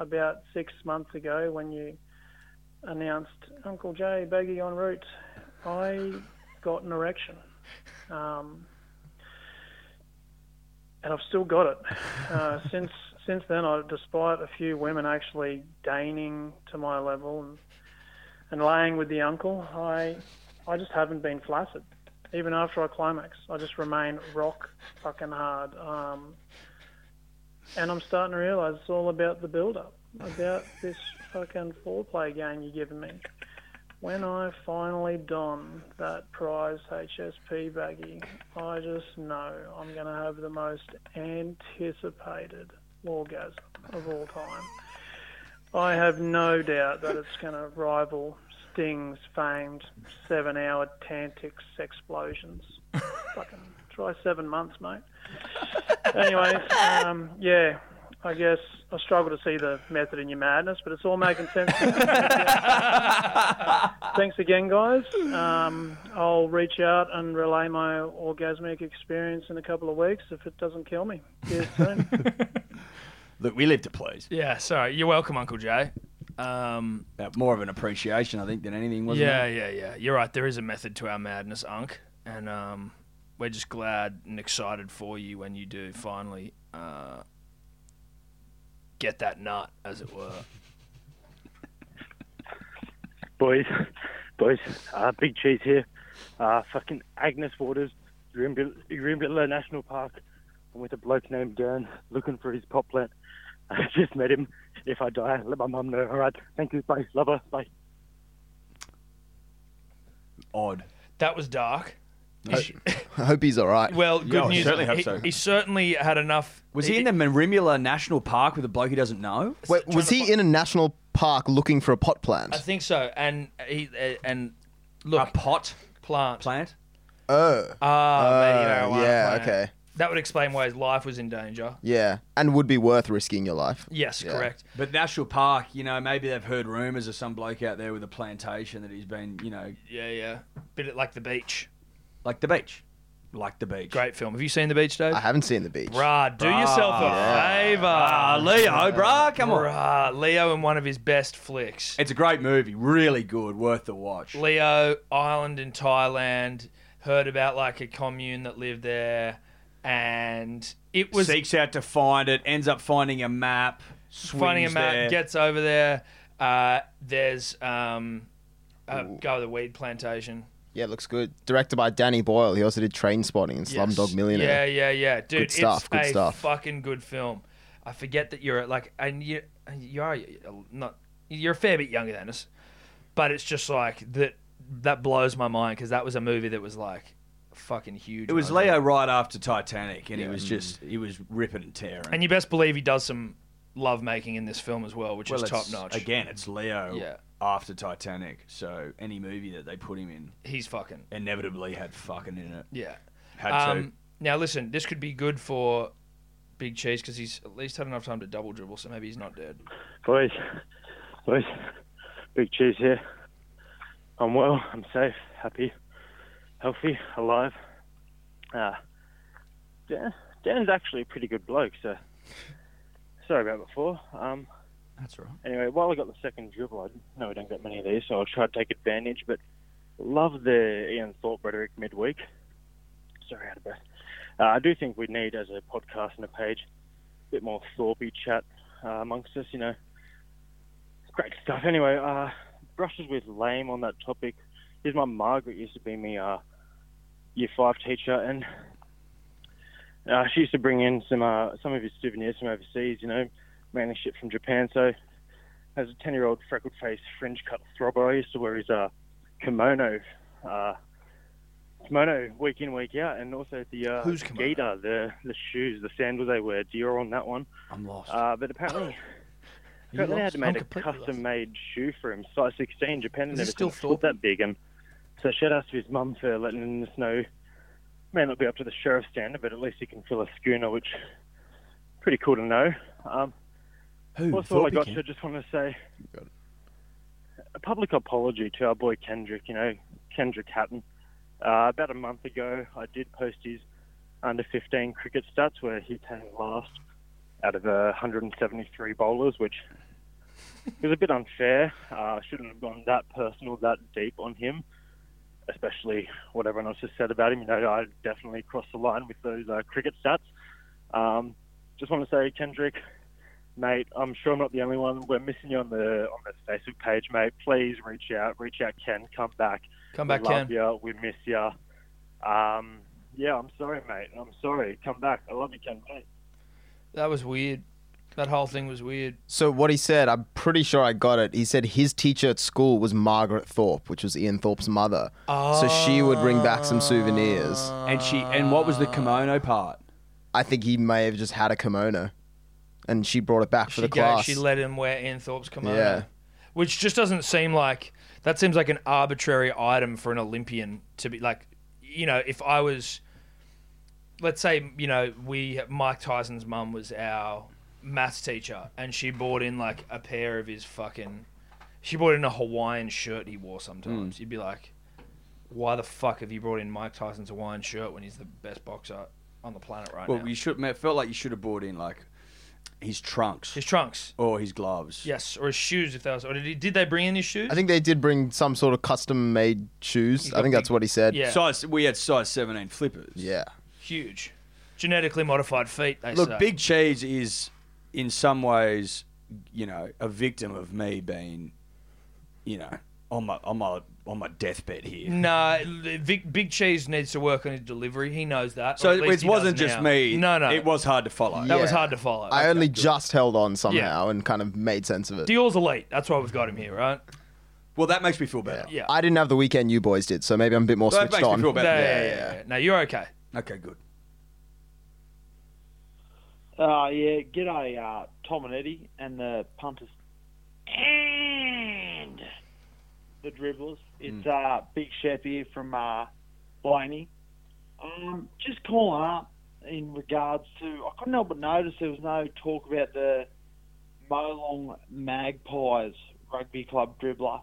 F: about six months ago, when you announced Uncle Jay baggy en route, I got an erection. Um, and I've still got it. Uh, (laughs) since since then, I, despite a few women actually deigning to my level and, and laying with the uncle, I I just haven't been flaccid. Even after I climax, I just remain rock fucking hard. Um, and I'm starting to realise it's all about the build up, about this fucking foreplay game you're giving me. When I finally don that prize HSP baggie, I just know I'm going to have the most anticipated orgasm of all time. I have no doubt that it's going to rival Sting's famed seven hour tantric explosions. Fucking try seven months, mate. Anyways, um, yeah, I guess I struggle to see the method in your madness, but it's all making sense. Thanks again, guys. Um, I'll reach out and relay my orgasmic experience in a couple of weeks if it doesn't kill me. Cheers, soon.
C: Look, we live to please.
B: Yeah, sorry. You're welcome, Uncle Jay. Um,
C: Uh, more of an appreciation, I think, than anything, wasn't
B: yeah,
C: it?
B: yeah, yeah. You're right. There is a method to our madness, Unc, and um, we're just glad and excited for you when you do finally uh, get that nut, as it were.
G: boys, boys, uh, big cheese here. Uh, fucking Agnes Waters, Greenbill Greenbilla National Park. I'm with a bloke named Dan looking for his pop plant. (laughs) I just met him. If I die, let my mum know. All right. Thank you. Bye. Love her. Bye.
C: Odd.
B: That was dark. He-
D: I hope he's all right.
B: well, good
C: Uh, I
B: news.
C: certainly hope
B: he,
C: so.
B: he certainly had enough.
C: Was he in the Marimula National Park with a bloke he doesn't know?
D: Wait, was
B: trying to
D: he in a national park looking for a pot plant?
B: I think so. And he uh, and look,
C: A pot
B: plant.
C: plant? Uh,
D: oh.
B: Ah, maybe
D: Oh,
B: marijuana
D: yeah,
B: plant.
D: okay.
B: That would explain why his life was in danger.
D: Yeah. And would be worth risking your life.
B: Yes,
D: Yeah.
B: correct.
C: But National Park, you know, maybe they've heard rumours of some bloke out there with a plantation that he's been, you know,
B: Yeah, yeah. Bit it like the beach.
C: like the beach. Like the beach.
B: Great film. Have you seen the beach, Dave?
D: I haven't seen the beach.
B: Bruh, do yourself a favor.
C: Ah, Leo, bruh, come on.
B: Bruh, Leo in one of his best flicks.
C: It's a great movie. Really good. Worth the watch.
B: Leo, island in Thailand, heard about like a commune that lived there, and it was
C: Seeks out to find it, ends up finding a map.
B: finding a
C: swings
B: map,
C: there.
B: gets over there. Uh, there's um, uh, go to the weed plantation.
D: Yeah, looks good. Directed by Danny Boyle. He also did Train Spotting and
B: Yes.
D: Slumdog Millionaire.
B: Yeah, yeah, yeah, dude.
D: Good stuff,
B: It's
D: good
B: a
D: stuff.
B: fucking good film. I forget that you're like, and you, you are not, you're a fair bit younger than us, but it's just like that. That blows my mind because that was a movie that was like fucking huge.
C: It was
B: when I
C: Leo right after Titanic, and he was just he was ripping and tearing.
B: And you best believe he does some love making in this film as well, which
C: Well,
B: is top
C: it's-
B: notch.
C: Again, it's Leo
B: Yeah.
C: after Titanic, so any movie that they put him in
B: He's fucking
C: inevitably had fucking in it.
B: yeah.
C: Had
B: Um, now listen, this could be good for Big Cheese because he's at least had enough time to double dribble, so maybe he's not dead.
G: Boys, boys, big cheese here. I'm well, I'm safe, happy, healthy, alive. Uh, Dan, Dan's actually a pretty good bloke, so sorry about before. Um,
C: to. That's right.
G: anyway, while I got the second dribble, I know we don't get many of these, so I'll try to take advantage. But love the Ian Thorpe rhetoric midweek. Sorry, out of breath. Uh, I do think we need, as a podcast and a page, a bit more Thorpey chat uh, amongst us. You know, great stuff. Anyway, uh, brushes with lame on that topic. Here's my Margaret used to be me uh, year five teacher, and uh, she used to bring in some uh, some of his souvenirs from overseas. You know, mainly shit from Japan. So as a 10 year old freckled faced fringe cut throbber, I used to wear his uh, kimono, uh, kimono week in, week out, and also the uh,
B: Whose kimono?
G: Gita, the, the shoes, the sandals they wear, Dior on that one.
C: I'm lost.
G: Uh, but apparently, apparently they
B: lost?
G: had made
B: I'm
G: a
B: completely lost.
G: custom made shoe for him, size 16, Japan had
B: Is
G: never
B: this still
G: seen a foot that big. And so shout out to his mum for letting us know. May not be up to the sheriff's standard, but at least he can fill a schooner, which pretty cool to know. Um,
C: Who?
G: well, that's all I
C: Thorpe
G: got.
C: King?
G: So I just want to say a public apology to our boy Kendrick, you know, Kendrick Hatton. Uh, about a month ago, I did post his under 15 cricket stats where he came last out of uh, 173 bowlers, which was a bit unfair. Uh, I shouldn't have gone that personal, that deep on him, especially what everyone else has said about him. You know, I definitely crossed the line with those uh, cricket stats. Um, just want to say, Kendrick, mate. I'm sure I'm not the only one. We're missing you on the on the Facebook page, mate. Please reach out, reach out, Ken. Come back.
B: Come back,
G: we love
B: Ken.
G: you. We miss you. Um, yeah, I'm sorry, mate. I'm sorry. Come back. I love you, Ken. Mate.
B: That was weird. That whole thing was weird.
D: So what he said, I'm pretty sure I got it. He said his teacher at school was Margaret Thorpe, which was Ian Thorpe's mother. So she would bring back some souvenirs.
C: and she and what was the kimono part?
D: I think he may have just had a kimono, and she brought it back for
B: She
D: the
B: gave-
D: class.
B: she let him wear Ian Thorpe's kimono,
D: Yeah.
B: which just doesn't seem like that seems like an arbitrary item for an Olympian to be like, you know, if I was, let's say, you know, we Mike Tyson's mum was our maths teacher, and she bought in like a pair of his fucking, she bought in a Hawaiian shirt he wore sometimes.
D: Hmm.
B: You'd be like, why the fuck have you brought in Mike Tyson's Hawaiian shirt when he's the best boxer on the planet right
C: Well,
B: now?
C: you should. man, It felt like you should have brought in like his trunks
B: His trunks.
C: or his gloves.
B: Yes, or his shoes if that was. Or did, he, did they bring in his shoes?
D: I think they did bring some sort of custom made shoes.
B: He's
D: I think
B: got
D: that's
B: big-
D: what he said.
B: Yeah.
C: Size we had size 17 flippers.
D: Yeah.
B: Huge. Genetically modified feet, they
C: Look,
B: say.
C: Big Cheese is in some ways, you know, a victim of me being, you know, on my on my on my deathbed here.
B: Nah, Vic, Big Cheese needs to work on his delivery. He knows that.
C: So
B: or at
C: it
B: least he
C: wasn't
B: does
C: just
B: now.
C: me.
B: No, no.
C: It was hard to follow.
B: That was
D: Yeah.
B: hard to follow.
D: I only just held on somehow and kind of made sense of it.
B: Dior's elite. That's why we've got him here, right?
C: Well, that makes me feel better.
B: Yeah.
D: I didn't have the weekend you boys did, so maybe I'm a bit more
C: That
D: switched
C: makes me
D: on.
C: feel better.
B: Yeah,
C: Yeah,
B: yeah,
C: yeah,
B: yeah, yeah. No, you're okay.
C: Okay, good.
H: Uh, yeah, g'day, uh, Tom and Eddie and the punters and the dribblers. It's uh, Big Shep here from uh, Blaney. Um, just calling up in regards to, I couldn't help but notice there was no talk about the Molong Magpies rugby club dribbler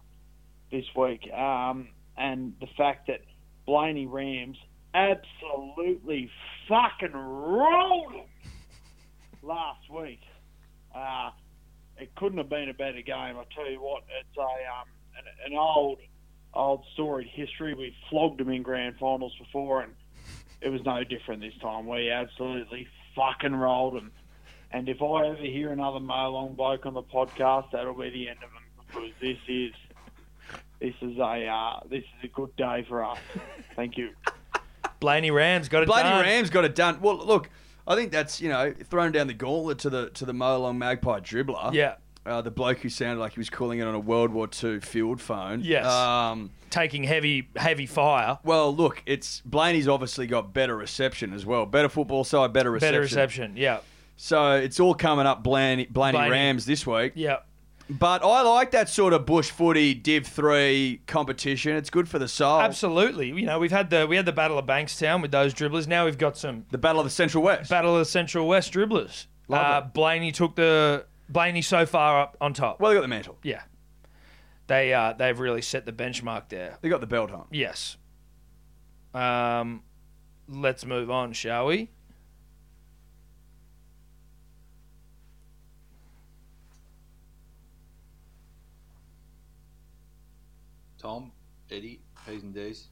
H: this week um, and the fact that Blaney Rams absolutely fucking rolled 'em last week. Uh, it couldn't have been a better game. I tell you what, it's a um, an, an old old storied history. We flogged them in grand finals before, and it was no different this time. We absolutely fucking rolled them. And if I ever hear another Molong bloke on the podcast, that'll be the end of them because this is this is a uh, this is a good day for us. Thank you.
B: (laughs) Blaney Rams got it
C: Bloody
B: done.
C: Rams got it done. Well, look, I think that's you know thrown down the gauntlet to the to the Molong Magpie dribbler.
B: Yeah.
C: Uh, the bloke who sounded like he was calling it on a World War II field phone.
B: Yes.
C: Um,
B: Taking heavy, heavy fire.
C: well, look, it's Blaney's obviously got better reception as well. Better football side, better reception.
B: Better reception. Yeah.
C: So it's all coming up Blaney, Blaney,
B: Blaney.
C: Rams this week.
B: Yeah.
C: But I like that sort of bush footy Div three competition. It's good for the soul.
B: Absolutely. You know, we've had the we had the Battle of Bankstown with those dribblers. Now we've got some
C: The Battle of the Central West.
B: Battle of the Central West dribblers.
C: Love
B: Uh, Blaney took the Blaney so far up on top.
C: well, they got the mantle.
B: yeah. They uh, they've really set the benchmark there.
C: They got the belt on.
B: Yes. Um, let's move on, shall we?
I: Tom, Eddie, P's and D's.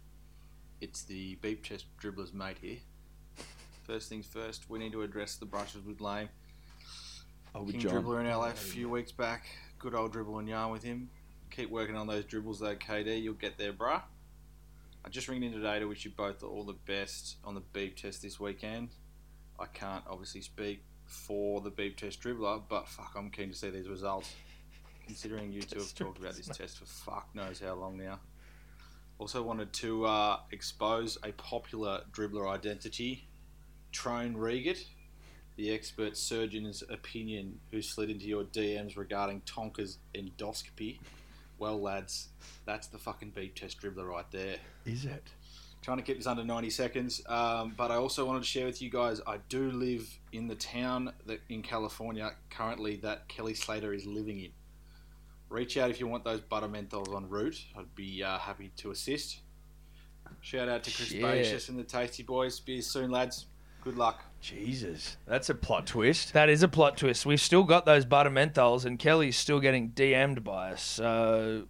I: It's the beep chest dribblers mate here. First things first, we need to address the brushes with Lame.
C: Oh,
I: King dribbler in LA a few weeks back. Good old dribble and yarn with him. Keep working on those dribbles though, KD. You'll get there, bruh. I just ringed in today to wish you both all the best on the beep test this weekend. I can't obviously speak for the beep test dribbler, but fuck, I'm keen to see these results. Considering you two have talked about this test for fuck knows how long now. Also wanted to uh, expose a popular dribbler identity, Trone Regat the expert surgeon's opinion who slid into your DMs regarding Tonka's endoscopy. Well, lads, that's the fucking beat test dribbler right there.
C: Is it?
I: Trying to keep this under 90 seconds, um, but I also wanted to share with you guys I do live in the town that in California currently that Kelly Slater is living in. Reach out if you want those butter menthols en route. I'd be uh, happy to assist. Shout out to Chris
B: Shit.
I: Bacious and the Tasty Boys. Be soon, lads. Good luck.
C: Jesus, that's a plot twist.
B: That is a plot twist. We've still got those butter menthols, and Kelly's still getting DM'd by us. So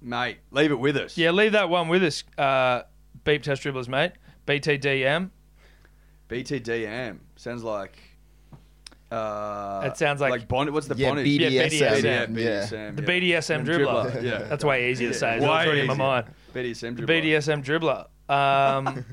C: Mate, leave it with us.
B: yeah, leave that one with us, uh, beep test dribblers, mate. BTDM.
C: BTDM sounds like. Uh,
B: It sounds like-
C: like bond. What's the
D: Yeah,
C: bondage?
D: BDSM.
B: BDSM,
D: Yeah.
B: The BDSM dribbler.
C: Yeah,
B: That's way easier to say. It's
C: Way
B: already in my
C: easier.
B: mind.
C: BDSM dribbler.
B: BDSM dribbler.
C: (laughs)
B: Um,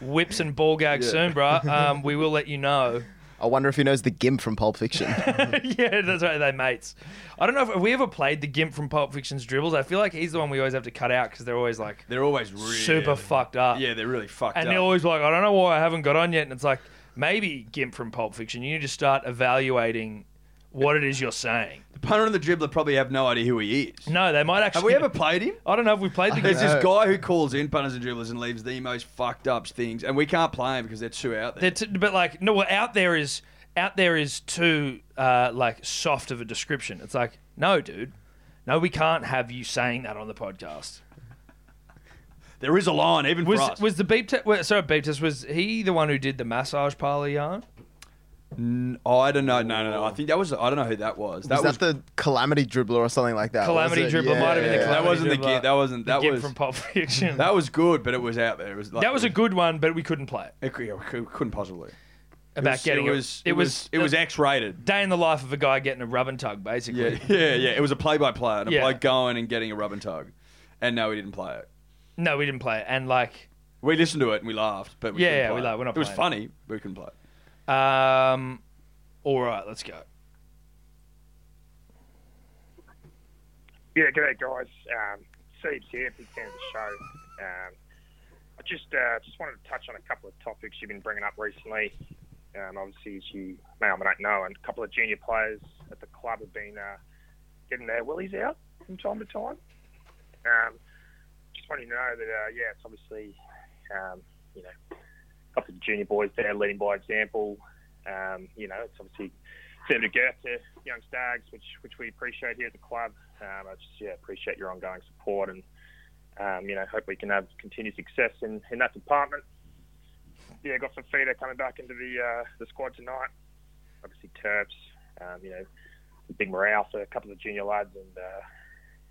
B: whips and ball gags
C: Yeah.
B: soon, bruh. Um, we will let you know.
D: I wonder if he knows the Gimp from Pulp
B: (laughs)
D: Fiction.
B: yeah, that's right. They mates. I don't know if have we ever played the Gimp from Pulp Fiction's dribbles. I feel like he's the one we always have to cut out because they're always like
C: They're always really
B: super fucked up.
C: Yeah, they're really fucked
B: and
C: up.
B: they're always like, I don't know why I haven't got on yet. And it's like maybe Gimp from Pulp Fiction. You need to start evaluating what it is you're saying.
C: the punter and the dribbler probably have no idea who he is.
B: No, they might actually.
C: Have we ever played him?
B: I don't know if we played
C: (laughs)
B: the
C: There's
B: Gimp.
C: this guy who calls in punters and dribblers and leaves the most fucked up things, and we can't play him because they're too out
B: They're
C: there.
B: t- but like no, well, out there is out there is too uh, like soft of a description. It's like no, dude, no, we can't have you saying that on the podcast.
C: There is a line even
B: Was
C: for us.
B: was the beep test? Sorry, beep test. Was he the one who did the massage parlor yarn?
C: N- I don't know. No, no, no. I think that was. I don't know who that was. That
D: was,
C: was.
D: that the calamity dribbler or something like that?
B: Calamity
D: was it?
B: dribbler
D: Yeah,
B: might have been the
D: yeah.
C: that
B: Calamity
C: wasn't the
B: Dribbler.
C: git. That wasn't. That
B: the git
C: was.
B: from Pulp
C: (laughs)
B: Fiction.
C: that was good, but it was out there. It was. Like,
B: That was a good one, but we couldn't play it.
C: It, (laughs) cou- it cou- couldn't possibly.
B: About getting
C: It was.
B: a,
C: It was. It was
B: a
C: X-rated.
B: day in the life of a guy getting a rub and tug,
C: Yeah, (laughs)
B: basically.
C: yeah, yeah. It was a play-by-play, and a
B: Yeah.
C: bloke going and getting a rub and tug, and no, we didn't play it.
B: No, we didn't play it, and like,
C: We listened to it and we laughed, but we
B: Yeah,
C: couldn't
B: yeah,
C: play
B: we
C: it.
B: laughed. We're not
C: It was
B: playing it.
C: funny, but we couldn't play it.
B: um, all right, let's go.
J: Yeah, g'day guys. Um, Steve's here, big fan of the show. Um, I just uh, just wanted to touch on a couple of topics you've been bringing up recently. Um, obviously, as you may or may not know, and a couple of junior players at the club have been uh, getting their willies out from time to time. Um, just wanted to know that, uh, yeah, it's obviously, um, you know, a (laughs) couple of junior boys there leading by example. Um, you know, it's obviously Senator Girth to Young Stags, which which we appreciate here at the club. Um, I just yeah, appreciate your ongoing support and um, you know hope we can have continued success in, in that department. Yeah, got Fafita coming back into the uh, the squad tonight. Obviously Terps, um, you know, big morale for a couple of junior lads, and uh,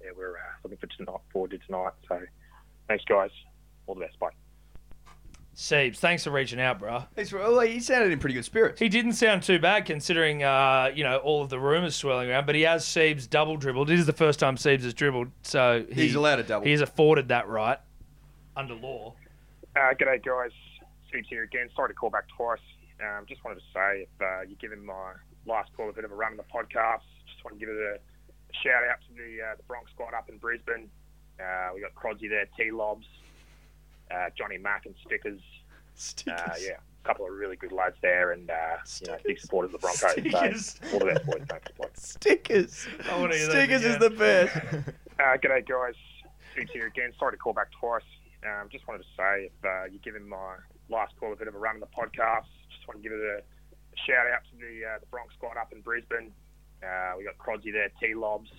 J: yeah, we're uh, looking for tonight forward to tonight. So thanks guys, all the best, bye.
B: Sebs, thanks for reaching out, bruh.
C: It's, well, oh, he sounded in pretty good spirits.
B: He didn't sound too bad considering, uh, you know, all of the rumours swirling around, but he has Sebs double dribbled. This is the first time Sebs has dribbled, so he-
C: He's allowed to double.
B: He's afforded that right under law.
J: Uh, g'day, guys. Steve's here again. Sorry to call back twice. Um, just wanted to say if uh, you're giving my last call a bit of a run on the podcast, just want to give it a, a shout out to the uh, the Bronx squad up in Brisbane. Uh, we got Crodsy there, T Lobs, uh, Johnny Mack, and Stickers.
B: Stickers.
J: Uh, yeah, a couple of really good lads there, and uh, you know, big supporters of the Broncos.
B: Stickers.
J: So, all the best, boys. Thanks, boys.
C: Stickers.
B: I wanna hear that
C: Stickers is
B: again.
C: the best.
J: (laughs) Uh, g'day, guys. Steve here again. Sorry to call back twice. Um, just wanted to say if uh, you're giving my last call a bit of a run on the podcast, just want to give it a shout out to the uh, the Bronx squad up in Brisbane. Uh, we got Crodsy there, T Lobs,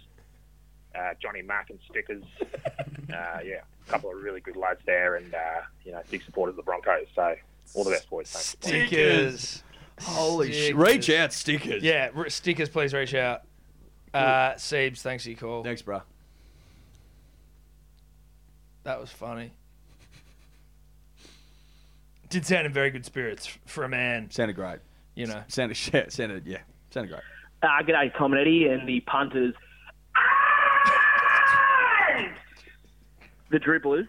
J: uh, Johnny Mack, and
B: (laughs)
J: Stickers. uh, yeah, a couple of really good lads there, and uh, you know, big supporters of the Broncos. So all the best, boys. Thanks. Bye.
B: Stickers.
C: Holy shit.
B: Stickers.
C: Reach out, stickers.
B: Yeah, r- stickers, please reach out. Uh, Sebs, thanks for your call.
C: Thanks, bro.
B: That was funny. Did sound in very good spirits f- for a man,
C: Sounded great.
B: you know.
C: Sounded (laughs) shit. Sounded, yeah. Sounded great.
E: Uh, g'day, Tom and Eddie, and the punters. the dribblers.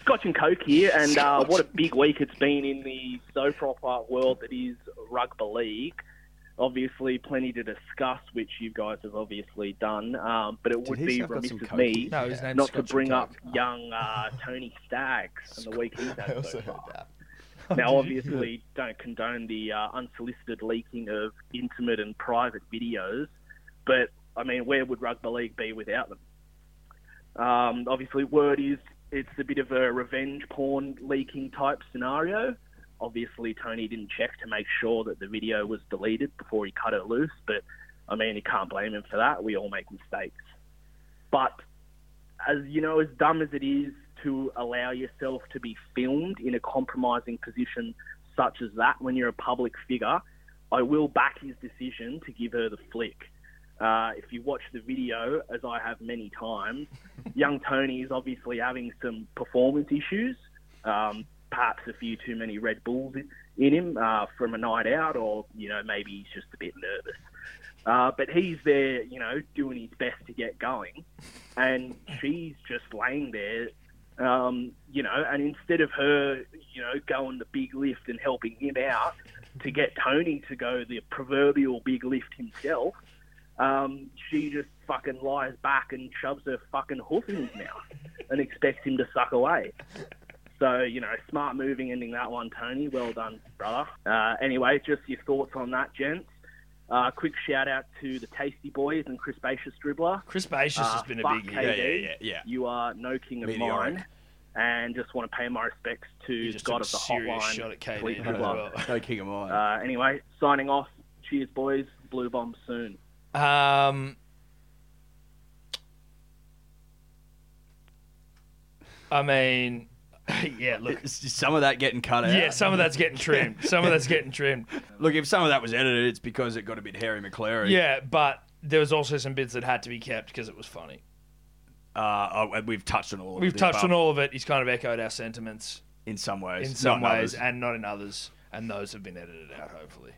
E: Scotch and Coke here, and uh, what a big week it's been in the so proper world that is rugby league. Obviously, plenty to discuss, which you guys have obviously done, um, but it would
C: he
E: be
C: say I've got
E: remiss
C: some
E: of
C: Coke
E: me
B: No, his name's
E: not
B: Scotch
E: to bring
B: and
E: up
B: Coke.
E: young uh, Tony Staggs and the week he's
B: (laughs)
E: had
D: I
E: so
D: also
E: far.
D: heard that.
E: (laughs) Now, obviously, don't condone the uh, unsolicited leaking of intimate and private videos, but I mean, where would rugby league be without them? Um, obviously, word is it's a bit of a revenge porn leaking type scenario. Obviously, Tony didn't check to make sure that the video was deleted before he cut it loose, but I mean, you can't blame him for that. We all make mistakes. But as you know, as dumb as it is to allow yourself to be filmed in a compromising position such as that when you're a public figure, I will back his decision to give her the flick. Uh, if you watch the video, as I have many times, young Tony is obviously having some performance issues, um, perhaps a few too many Red Bulls in, in him uh, from a night out, or you know maybe he's just a bit nervous. Uh, but he's there, you know, doing his best to get going and she's just laying there, um, you know, and instead of her, you know, going the big lift and helping him out to get Tony to go the proverbial big lift himself, um, she just fucking lies back and shoves her fucking hoof in his mouth and expects him to suck away. So, you know, smart moving ending that one, Tony. Well done, brother. Uh, anyway, just your thoughts on that, gents. Uh, quick shout out to the Tasty Boys and Crispacious Dribbler.
B: Crispacious has
E: Uh,
B: been a
E: fuck
B: big
E: Hey,
B: year.
C: yeah,
E: Dave.
C: yeah, yeah, yeah.
E: You are no king of
C: Meteoric.
E: mine, and just want to pay my respects to
B: You
E: the
B: just
E: god
B: took a
E: of the
B: serious
E: hotline.
B: shot at KD
E: Fleetwood
B: as
E: Club.
B: well.
C: No king of mine.
E: Uh, anyway, signing off. Cheers, boys. Blue bomb soon.
B: Um, I mean, (laughs) yeah, look.
C: Some of that getting cut out.
B: Yeah, some of that's
C: (laughs)
B: getting trimmed. Some of that's getting trimmed.
C: Look, if some of that was edited, it's because it got a bit Harry McClary.
B: Yeah, but there was also some bits that had to be kept because it was funny.
C: Uh, oh, and we've touched on all of
B: We've
C: the
B: touched on
C: above
B: all of it. He's kind of echoed our sentiments
C: in some ways.
B: in some
C: Not in others.
B: ways and not in others, and those have been edited out, hopefully.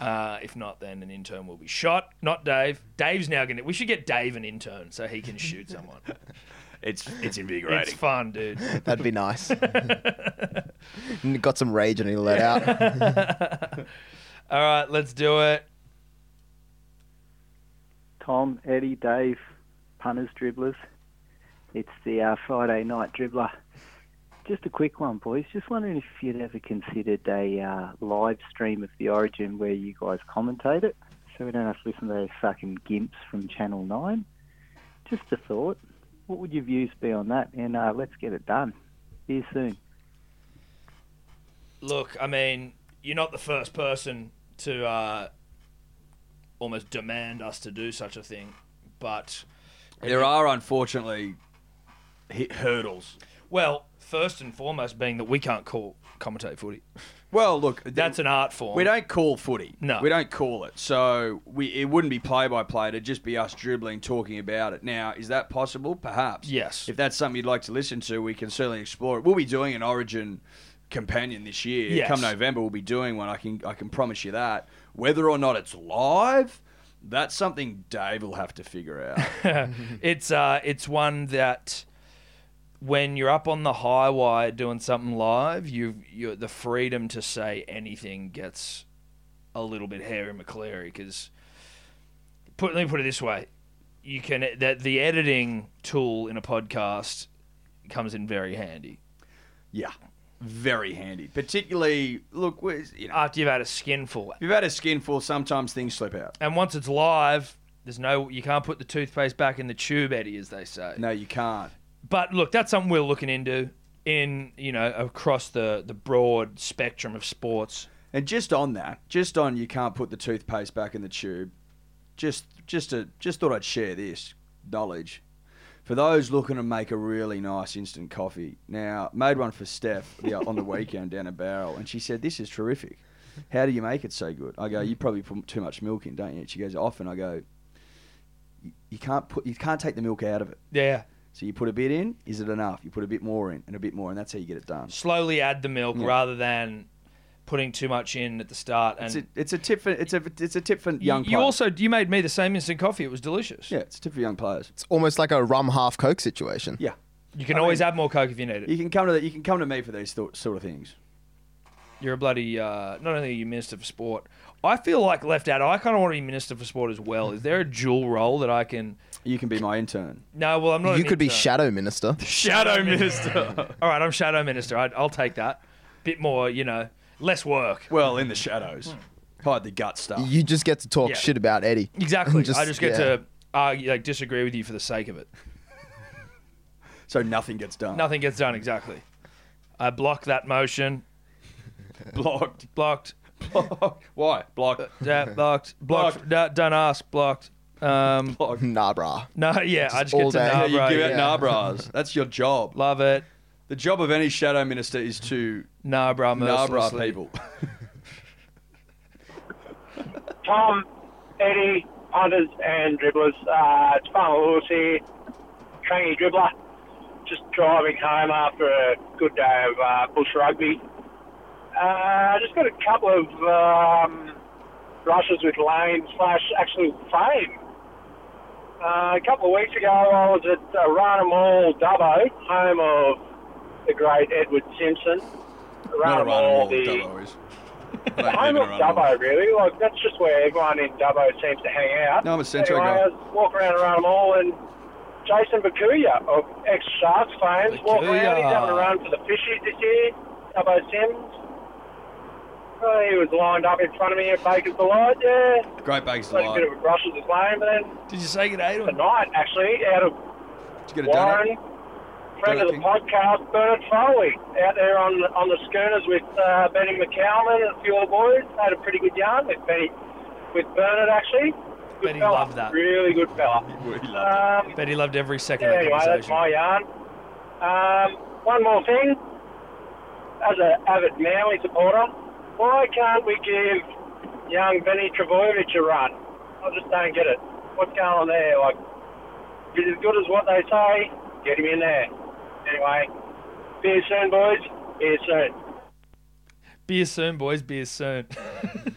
B: Uh, if not, then an intern will be shot. Not Dave. Dave's now going to. We should get Dave an intern so he can shoot someone.
C: (laughs) It's it's
B: it's
C: invigorating.
D: (laughs)
B: fun, dude.
D: That'd be
B: (laughs)
D: nice. Got some rage and he let out.
B: (laughs) All right, let's do it.
K: Tom, Eddie, Dave, punters, dribblers. It's the uh, Friday night dribbler. Just a quick one, boys. Just wondering if you'd ever considered a uh, live stream of the Origin where you guys commentate it, so we don't have to listen to those fucking gimps from Channel Nine. Just a thought. What would your views be on that? And uh, let's get it done. See you soon.
B: Look, I mean, you're not the first person to uh, almost demand us to do such a thing, but
C: There are unfortunately hit hurdles.
B: well, first and foremost, being that we can't call commentate footy.
C: Well, look,
B: (laughs) That's an art form.
C: We don't call footy.
B: No.
C: we don't call it. So we it wouldn't be play by play. It'd just be us dribbling, talking about it. Now, is that possible? Perhaps.
B: Yes.
C: If that's something you'd like to listen to, we can certainly explore it. We'll be doing an Origin companion this year.
B: Yes.
C: Come November, we'll be doing one. I can I can promise you that. Whether or not it's live, that's something Dave will have to figure out.
B: (laughs) it's uh, it's one that when you're up on the high wire doing something live, you you the freedom to say anything gets a little bit hairy McCleary because put let me put it this way, you can eh, that the editing tool in a podcast comes in very handy
C: yeah, very handy. Particularly, look, we- you know,
B: after you've had a skinful.
C: if you've had a skinful, sometimes things slip out.
B: And once it's live, there's no you can't put the toothpaste back in the tube, Eddie, as they say.
C: No, you can't.
B: but look, that's something we're looking into in you know across the the broad spectrum of sports.
C: And just on that, just on you can't put the toothpaste back in the tube. Just just a just thought I'd share this knowledge. For those looking to make a really nice instant coffee, now made one for Steph the, on the weekend down a barrel, and she said, "This is terrific. How do you make it so good?" I go, "You probably put too much milk in, don't you?" She goes, "Often." I go, "You- "You can't put, you can't take the milk out of it.
B: Yeah,
C: So you put a bit in. Is it enough? You put a bit more in, and a bit more, and that's how you get it done."
B: slowly add the milk
C: Yeah.
B: rather than putting too much in at the start. And
C: It's a, it's a tip for it's a it's a tip for
B: You-
C: young.
B: you
C: players.
B: also you made me the same instant coffee. It was delicious.
C: yeah, it's a tip for young players.
D: It's almost like a rum half coke situation.
C: Yeah.
B: You can always add more coke if you need it.
C: You can come to the, you can come to me for these th- sort of things.
B: You're a bloody uh, not only are you minister for sport. I feel like left out. I kind of want to be minister for sport as well. Is there a dual role that I can?
C: You can be my intern.
B: No, well I'm not.
D: You
B: an
D: could be
B: intern.
D: shadow minister.
B: (laughs) Shadow Minister. (laughs) All right, I'm Shadow Minister. I, I'll take that. Bit more, you know, less work.
C: Well, in the shadows, hide the gut stuff.
D: You just get to talk
B: Yeah.
D: shit about Eddie.
C: (laughs)
D: (laughs)
B: Exactly.
D: Just-
B: I just get
D: yeah.
B: to argue, like, disagree with you for the sake of it.
C: So nothing gets done.
B: Nothing gets done. Exactly. I block that motion.
C: (laughs) blocked. Uh,
B: Blocked. Uh,
C: Blocked. Why blocked? (laughs)
B: Yeah, blocked.
C: Blocked.
B: Blocked. No, don't ask. Blocked. Um,
C: (laughs) Blocked.
D: Nah, brah.
B: no, yeah, I just
D: all
B: get to
D: day.
B: nah,
C: Yeah, you
B: bro,
C: give out
B: yeah.
C: nah bras. That's your job.
B: Love it.
C: The job of any shadow minister is to
B: Nah, bro.
C: nah bra
L: (laughs)
B: mercilessly.
C: people.
L: Tom, Eddie, punters and dribblers. Uh, it's Farmer Lewis here, trainee dribbler. Just driving home after a good day of uh, bush rugby. Uh, just got a couple of um, rushes with Lane slash actually Fame. Uh, a couple of weeks ago, I was at uh, Ranham Hall, Dubbo, home of the great Edward Simpson.
C: Not a
L: Ranham
C: run at all.
L: Hall, the (laughs)
C: Dubbo is. I don't
L: home
C: live
L: of
C: in a run at all.
L: Dubbo, really. Like that's just where everyone in Dubbo seems to hang out.
C: No, I'm a Centro
L: anyway,
C: guy.
L: I was walking around around them all, and Jason Bakuya of ex Sharks fame is walking around. He's having a run for the Fishies this year. Dubbo Sims. Uh, he was lined up in front of me at Baker's Delight. Yeah,
C: Great Bakers
L: like a
C: Delight.
L: bit of a brush with his lane, but then
B: Did you say good day to him?
L: tonight actually out of
C: Did you get a
L: Warren,
C: donut?
L: friend of the
C: Donut King.
L: podcast, Bernard Foley, out there on on the schooners with uh, Benny McCalman and a few other boys. Had a pretty good yarn with Benny, with Bernard actually. Good
B: Benny
L: fella.
B: loved that.
L: Really good fella.
C: We love it. (laughs)
L: Um,
B: (laughs) Bet he loved every second
L: yeah,
B: of the
L: anyway, that's
B: conversation.
L: my yarn. Um, one more thing. As an avid Manly supporter, why can't we give young Benny Travojevic a run? I just don't get it. What's going on there? Like, he's as good as what they say. Get him in there. Anyway, be you soon, boys. Be you soon.
B: Be here soon, boys. Be here soon. (laughs)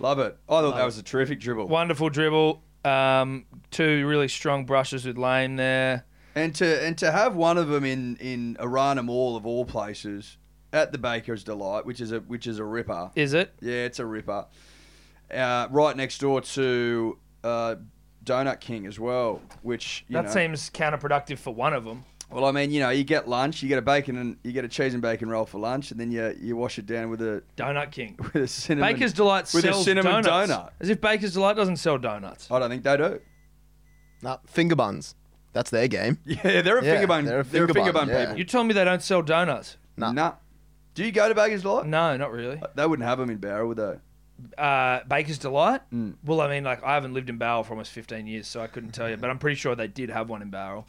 C: Love it. I thought
L: uh,
C: that was a terrific dribble.
B: Wonderful dribble. Um, two really strong brushes with Lane there.
C: And to and to have one of them in in Arana Mall of all places at the Baker's Delight, which is a which is a ripper.
B: Is it?
C: Yeah, it's a ripper. Uh, right next door to uh, Donut King as well, which you
B: that
C: know,
B: seems counterproductive for one of them.
C: Well, I mean, you know, you get lunch, you get a bacon and you get a cheese and bacon roll for lunch, and then you you wash it down with a
B: Donut King
C: (laughs) with a cinnamon
B: Baker's Delight
C: with
B: sells
C: a cinnamon
B: donuts.
C: donut.
B: As if Baker's Delight doesn't sell donuts.
C: I don't think they do.
D: Nah, finger buns. That's their game.
C: (laughs) Yeah, they're a finger bun. They're a finger, bun,
D: yeah.
C: people.
B: You tell me they don't sell donuts.
C: Nah. Do you go to Baker's Delight?
B: No, not really.
C: They wouldn't have them in Barra, would they?
B: Uh, Baker's Delight.
C: Mm,
B: Well, I mean, like I haven't lived in Barrel for almost 15 years, so I couldn't tell you, but I'm pretty sure they did have one in Barrel.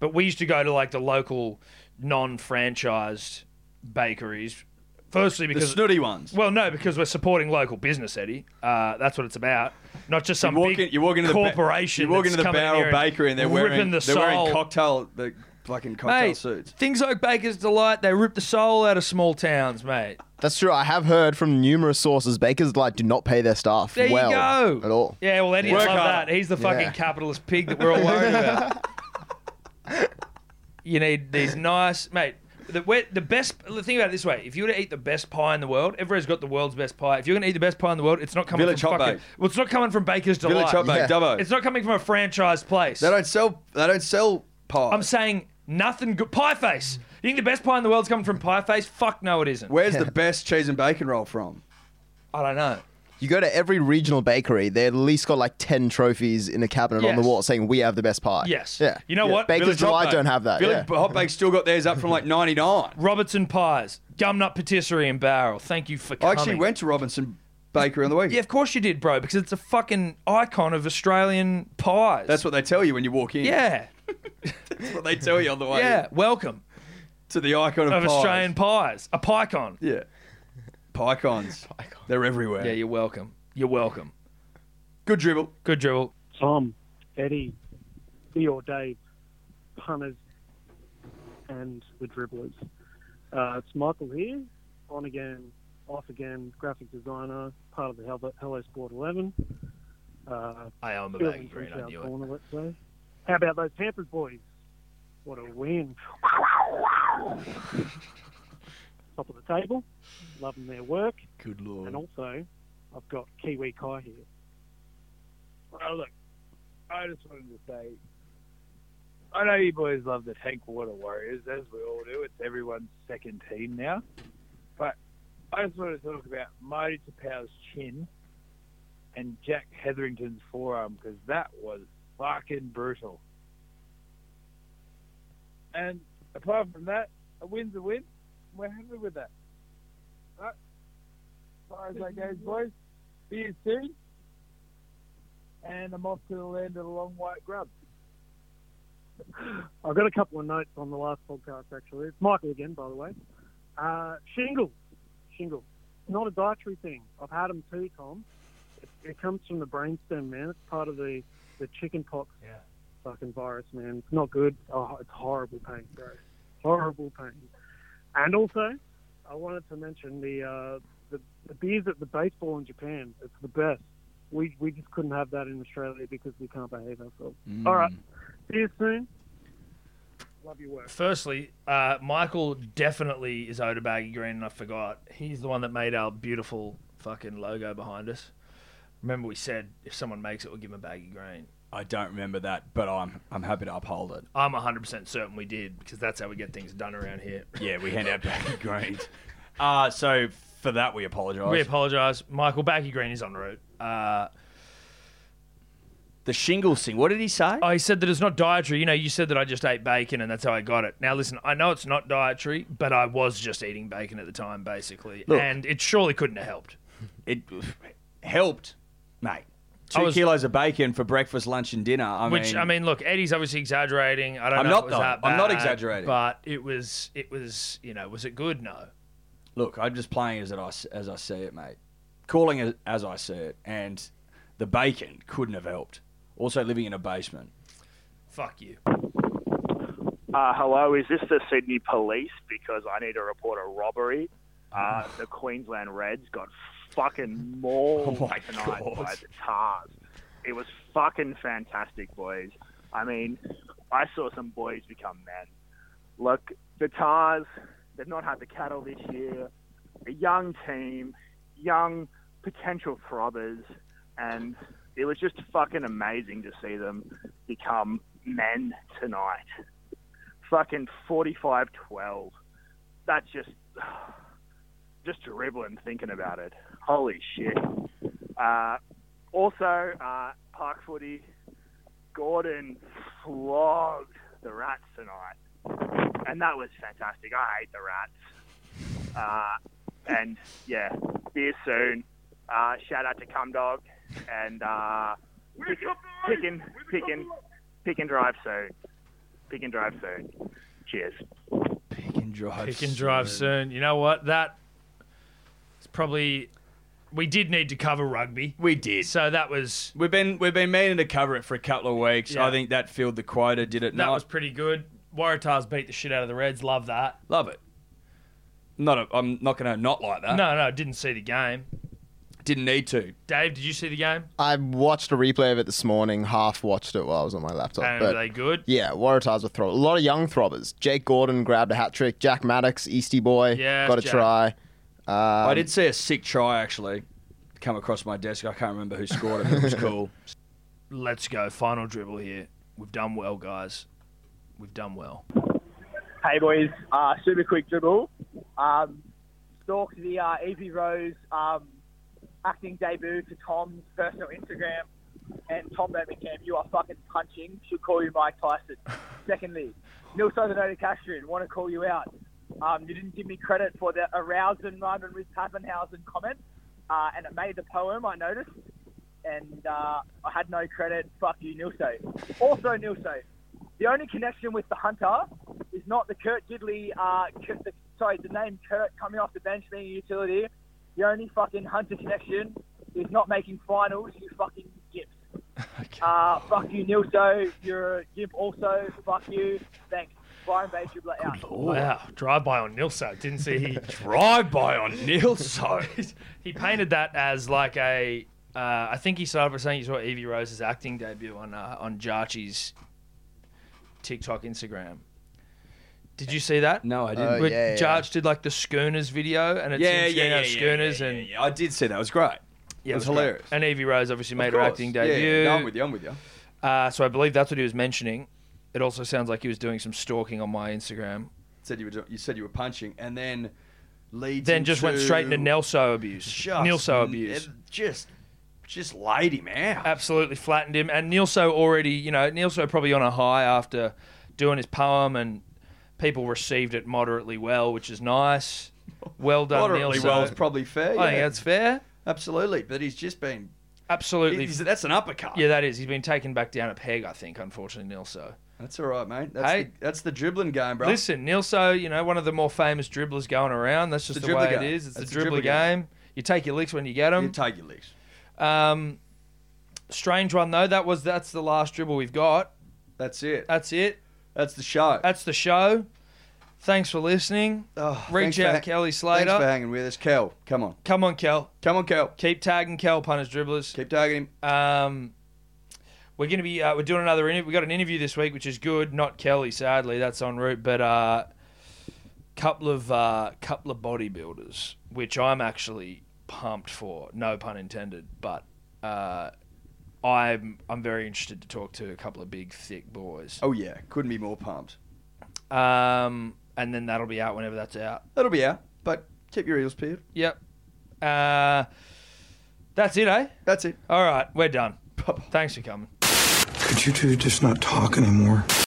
B: But we used to go to like the local non-franchised bakeries. Firstly,
C: The
B: because
C: snooty ones.
B: Well, no, because we're supporting local business, Eddie. Uh, that's what it's about. Not just some
C: you walk
B: big
C: in, you walk into the ba-
B: corporation.
C: you walk
B: that's
C: into the
B: coming in
C: Barrel
B: here
C: Bakery and they're
B: ripping
C: wearing
B: the
C: they're wearing
B: soul.
C: cocktail the fucking cocktail
B: Mate,
C: suits.
B: Things like Baker's Delight, they rip the soul out of small towns, mate.
D: That's true. I have heard from numerous sources Bakers Delight do not pay their staff
B: There you
D: well
B: go.
D: at all.
B: Yeah, well, Eddie
D: Work
B: love
D: hard.
B: that. He's the fucking
D: Yeah.
B: capitalist pig that we're all
C: (laughs)
B: worried about. you need these nice, mate. The, we- the best. Think about it this way: if you were to eat the best pie in the world, everyone's got the world's best pie. If you're going to eat the best pie in the world, it's not coming
C: Village
B: from
C: Hot
B: fucking.
C: Bake.
B: Well, it's not coming from Baker's Delight.
C: Village Hot Bake, Yeah. Dubbo.
B: It's not coming from a franchised place.
C: They don't sell they don't sell pie.
B: I'm saying nothing good. Pie Face. You think the best pie in the world's coming from Pie Face? Fuck no, it isn't.
C: Where's the best cheese and bacon roll from?
B: I don't know.
D: You go to every regional bakery, they at least got like 10 trophies in a cabinet on the
B: Yes.
D: wall saying, We have the best pie.
B: Yes.
D: Yeah.
B: You know
D: Yeah.
B: what?
D: Bakers Delight don't have that.
C: Village
D: yeah.
C: Hot Bake's still got theirs up from like 99.
B: Robertson Pies, Gumnut Patisserie and Barrel. Thank you for
C: I
B: coming.
C: actually went to Robinson Bakery on the weekend.
B: Yeah, of course you did, bro, because it's a fucking icon of Australian pies.
C: That's what they tell you when you walk in.
B: Yeah.
C: That's what they tell you on the way.
B: Yeah. Welcome
C: To the icon
B: of,
C: of, pies.
B: Australian pies. A PieCon.
C: Yeah. Picons. They're everywhere.
B: Yeah, you're welcome. You're welcome.
C: Good dribble.
B: Good dribble.
M: Tom, Eddie, E or Dave, punters, and the dribblers. Uh, it's Michael here, on again, off again, graphic designer, part of the Hello, Hello Sport 11. Uh,
B: I am a
M: Feels
B: bacon
M: and
B: green,
M: Freestyle
B: I knew it.
M: corner, let's say. How about those Panthers boys? What a win. Top of the table, loving their work.
C: Good
M: And also, I've got Kiwi Kai here.
N: Oh, look, I just wanted to say, I know you boys love the Tank Water Warriors, as we all do. It's everyone's second team now. But I just wanted to talk about Marty Tapau's chin and Jack Hetherington's forearm, because that was fucking brutal. And apart from that, a win's a win. We're happy with that. But, as far as that goes, boys, see you soon and I'm off to the land of the long white grub.
M: I've got a couple of notes on the last podcast, actually. It's Michael again, by the way. Uh, shingles. Shingles. Not a dietary thing. I've had them too, Tom. It, it comes from the brainstem, man. It's part of the, the chicken pox fucking virus, man. It's not good. Oh, it's horrible pain, bro. Horrible pain. And also, I wanted to mention the, uh, the, the beers at the baseball in Japan. It's the best. We, we just couldn't have that in Australia because we can't behave ourselves. All right. See you soon. Love your work.
B: Firstly, uh, Michael definitely is owed a baggy green, and I forgot. He's the one that made our beautiful fucking logo behind us. Remember, we said if someone makes it, we'll give them a baggy green.
C: I don't remember that, but I'm I'm happy to uphold it.
B: I'm 100% certain we did because that's how we get things done around here.
C: Yeah, we hand
B: (laughs)
C: out baggy greens. Uh, so for that we apologise.
B: We apologise. Michael Baggy Green is en route. Uh,
O: the shingles thing. What did he say?
B: Oh, he said that it's not dietary. You know, you said that I just ate bacon and that's how I got it. Now, listen, I know it's not dietary, but I was just eating bacon at the time, basically.
O: Look.
B: and it surely couldn't have helped.
O: It helped, mate.
C: Two
B: I was-
C: kilos of bacon for breakfast, lunch, and dinner. I
B: Which
C: mean,
B: I mean, look, Eddie's obviously exaggerating. I don't
C: I'm
B: know.
C: not,
B: if it was
C: though.
B: that
C: I'm not
B: bad,
C: exaggerating.
B: But it was, it was, you know, was it good? No.
C: look, I'm just playing as it I, as I see it, mate. Calling it as I see it, and the bacon couldn't have helped. Also, living in a basement.
B: Fuck you.
O: Uh, hello, is this the Sydney Police? Because I need to report a robbery. Uh,
C: Ah.
O: the Queensland Reds got fucking mauled
C: Oh my
O: tonight
C: God.
O: by the Tars. It was fucking fantastic, boys. I mean, I saw some boys become men. Look, the Tars, they've not had the cattle this year. A young team, young potential throbbers, and it was just fucking amazing to see them become men tonight. Fucking 45 12. That's just. (sighs) Just dribbling thinking about it. Holy shit. Uh, also, uh, park footy, Gordon flogged the Rats tonight. And that was fantastic. I hate the Rats. Uh, and yeah, see you soon. Uh, shout out to Cum Dog and uh, pick, pick, and, pick, and, pick and drive soon. Pick and drive soon. Cheers.
C: Pick and drive.
B: Pick and drive soon. You know what? That it's probably we did need to cover rugby.
C: We did.
B: So that was
C: We've been we've been meaning to cover it for a couple of weeks.
B: Yeah.
C: I think that filled the quota, did it
B: that
C: not?
B: was pretty good. Waratahs beat the shit out of the Reds. Love that.
C: Love it. Not a, I'm not going to not like that.
B: No, no, didn't see the game.
C: Didn't need to.
B: Dave, did you see the game?
D: I watched a replay of it this morning. Half watched it while I was on my laptop.
B: And
D: but
B: were they good?
D: Yeah, Waratahs were throbbing. A lot of young throbbers. Jake Gordon grabbed a hat trick. Jack Maddox, Eastie boy,
C: Yes,
D: got a
C: Jack.
D: try. Um,
C: I did see a sick try actually come across my desk. I can't remember who scored it. but It
B: (laughs)
C: was cool.
B: Let's go. Final dribble here. We've done well, guys. We've done well.
P: Hey boys, uh, super quick dribble. Um, stalked the uh, Evie Rose um, acting debut to Tom's personal Instagram, and Tom Birmingham, you are fucking punching. Should call you Mike Tyson. Secondly, Neil Southern Cashman, want to call you out. Um, you didn't give me credit for the aroused and rhyme and with Pappenhausen comment, uh, and it made the poem. I noticed, and uh, I had no credit. Fuck you, Nilso. Also, Nilso, the only connection with the Hunter is not the Kurt Gidley, uh, Kurt, the, sorry, the name Kurt coming off the bench being a utility. The only fucking Hunter connection is not making finals, you fucking gimp. Uh, fuck you, Nilso. You're a gimp also. Fuck you. Thanks. Brian Bay dribbler out.
B: Wow. Drive by on Nilso. Didn't see he
C: (laughs) drive by on Nilso.
B: (laughs) he painted that as like a. Uh, I think he started by saying he saw Evie Rose's acting debut on uh, on Jarchi's TikTok Instagram. Did you see that?
C: No, I didn't. Oh,
B: But
C: yeah, yeah.
B: Jarch did like the Schooners video, and it's
C: Yeah,
B: him
C: yeah,
B: yeah,
C: yeah,
B: out
C: yeah,
B: Schooners, and
C: Yeah, I did see that. It was great.
B: Yeah,
C: it was,
B: great.
C: hilarious.
B: And Evie Rose obviously
C: Of
B: made her
C: course.
B: acting
C: Yeah, yeah,
B: debut.
C: no, I'm with you. I'm with you.
B: Uh, so I believe that's what he was mentioning. It also sounds like he was doing some stalking on my Instagram.
C: Said you were doing- you said you were punching, and then leads.
B: Then just went straight into Nelso abuse.
C: Just
B: Nilso
C: n-
B: abuse.
C: Just, just laid him out.
B: Absolutely flattened him. And Nilso already, you know, Nilso probably on a high after doing his poem, and people received it moderately well, which is nice. Well done,
C: Moderately
B: Nilso.
C: well is probably fair.
B: I
C: yeah.
B: think that's fair.
C: Absolutely, but he's just been
B: absolutely.
C: He's- that's an uppercut.
B: Yeah, that is. He's been taken back down a peg, I think, unfortunately, Nilso.
C: That's all right, mate. That's,
B: Hey.
C: the, that's the dribbling game, bro.
B: Listen, Nilso, you know, one of the more famous dribblers going around. That's just
C: It's
B: the,
C: the dribbler
B: way
C: game.
B: it is. It's
C: It's
B: the
C: the
B: dribbler,
C: dribbler
B: game. You take your licks when you get them. You
C: take your licks.
B: Um, strange one though. That was that's the last dribble we've got.
C: That's it.
B: That's it.
C: That's the show.
B: That's the show. Thanks for listening.
C: Oh, Thanks
B: Reach
C: for
B: out,
C: ha-
B: Kelly Slater.
C: Thanks for hanging with us, Kel. Come on.
B: Come on, Kel.
C: Come on, Kel.
B: Keep tagging Kel, punters, dribblers.
C: Keep tagging
B: him. Um, we're gonna be uh, we're doing another interview. We got an interview this week, which is good. Not Kelly, sadly, that's en route. But uh, couple of uh, couple of bodybuilders, which I'm actually pumped for. No pun intended. But uh, I'm I'm very interested to talk to a couple of big, thick boys.
C: Oh yeah, couldn't be more pumped.
B: Um, and then that'll be out whenever that's out.
C: That'll be out, but keep your ears peeled.
B: Yep. Uh, that's it, eh?
C: That's it.
B: All right, we're done. Thanks for coming.
Q: Could you two just not talk anymore?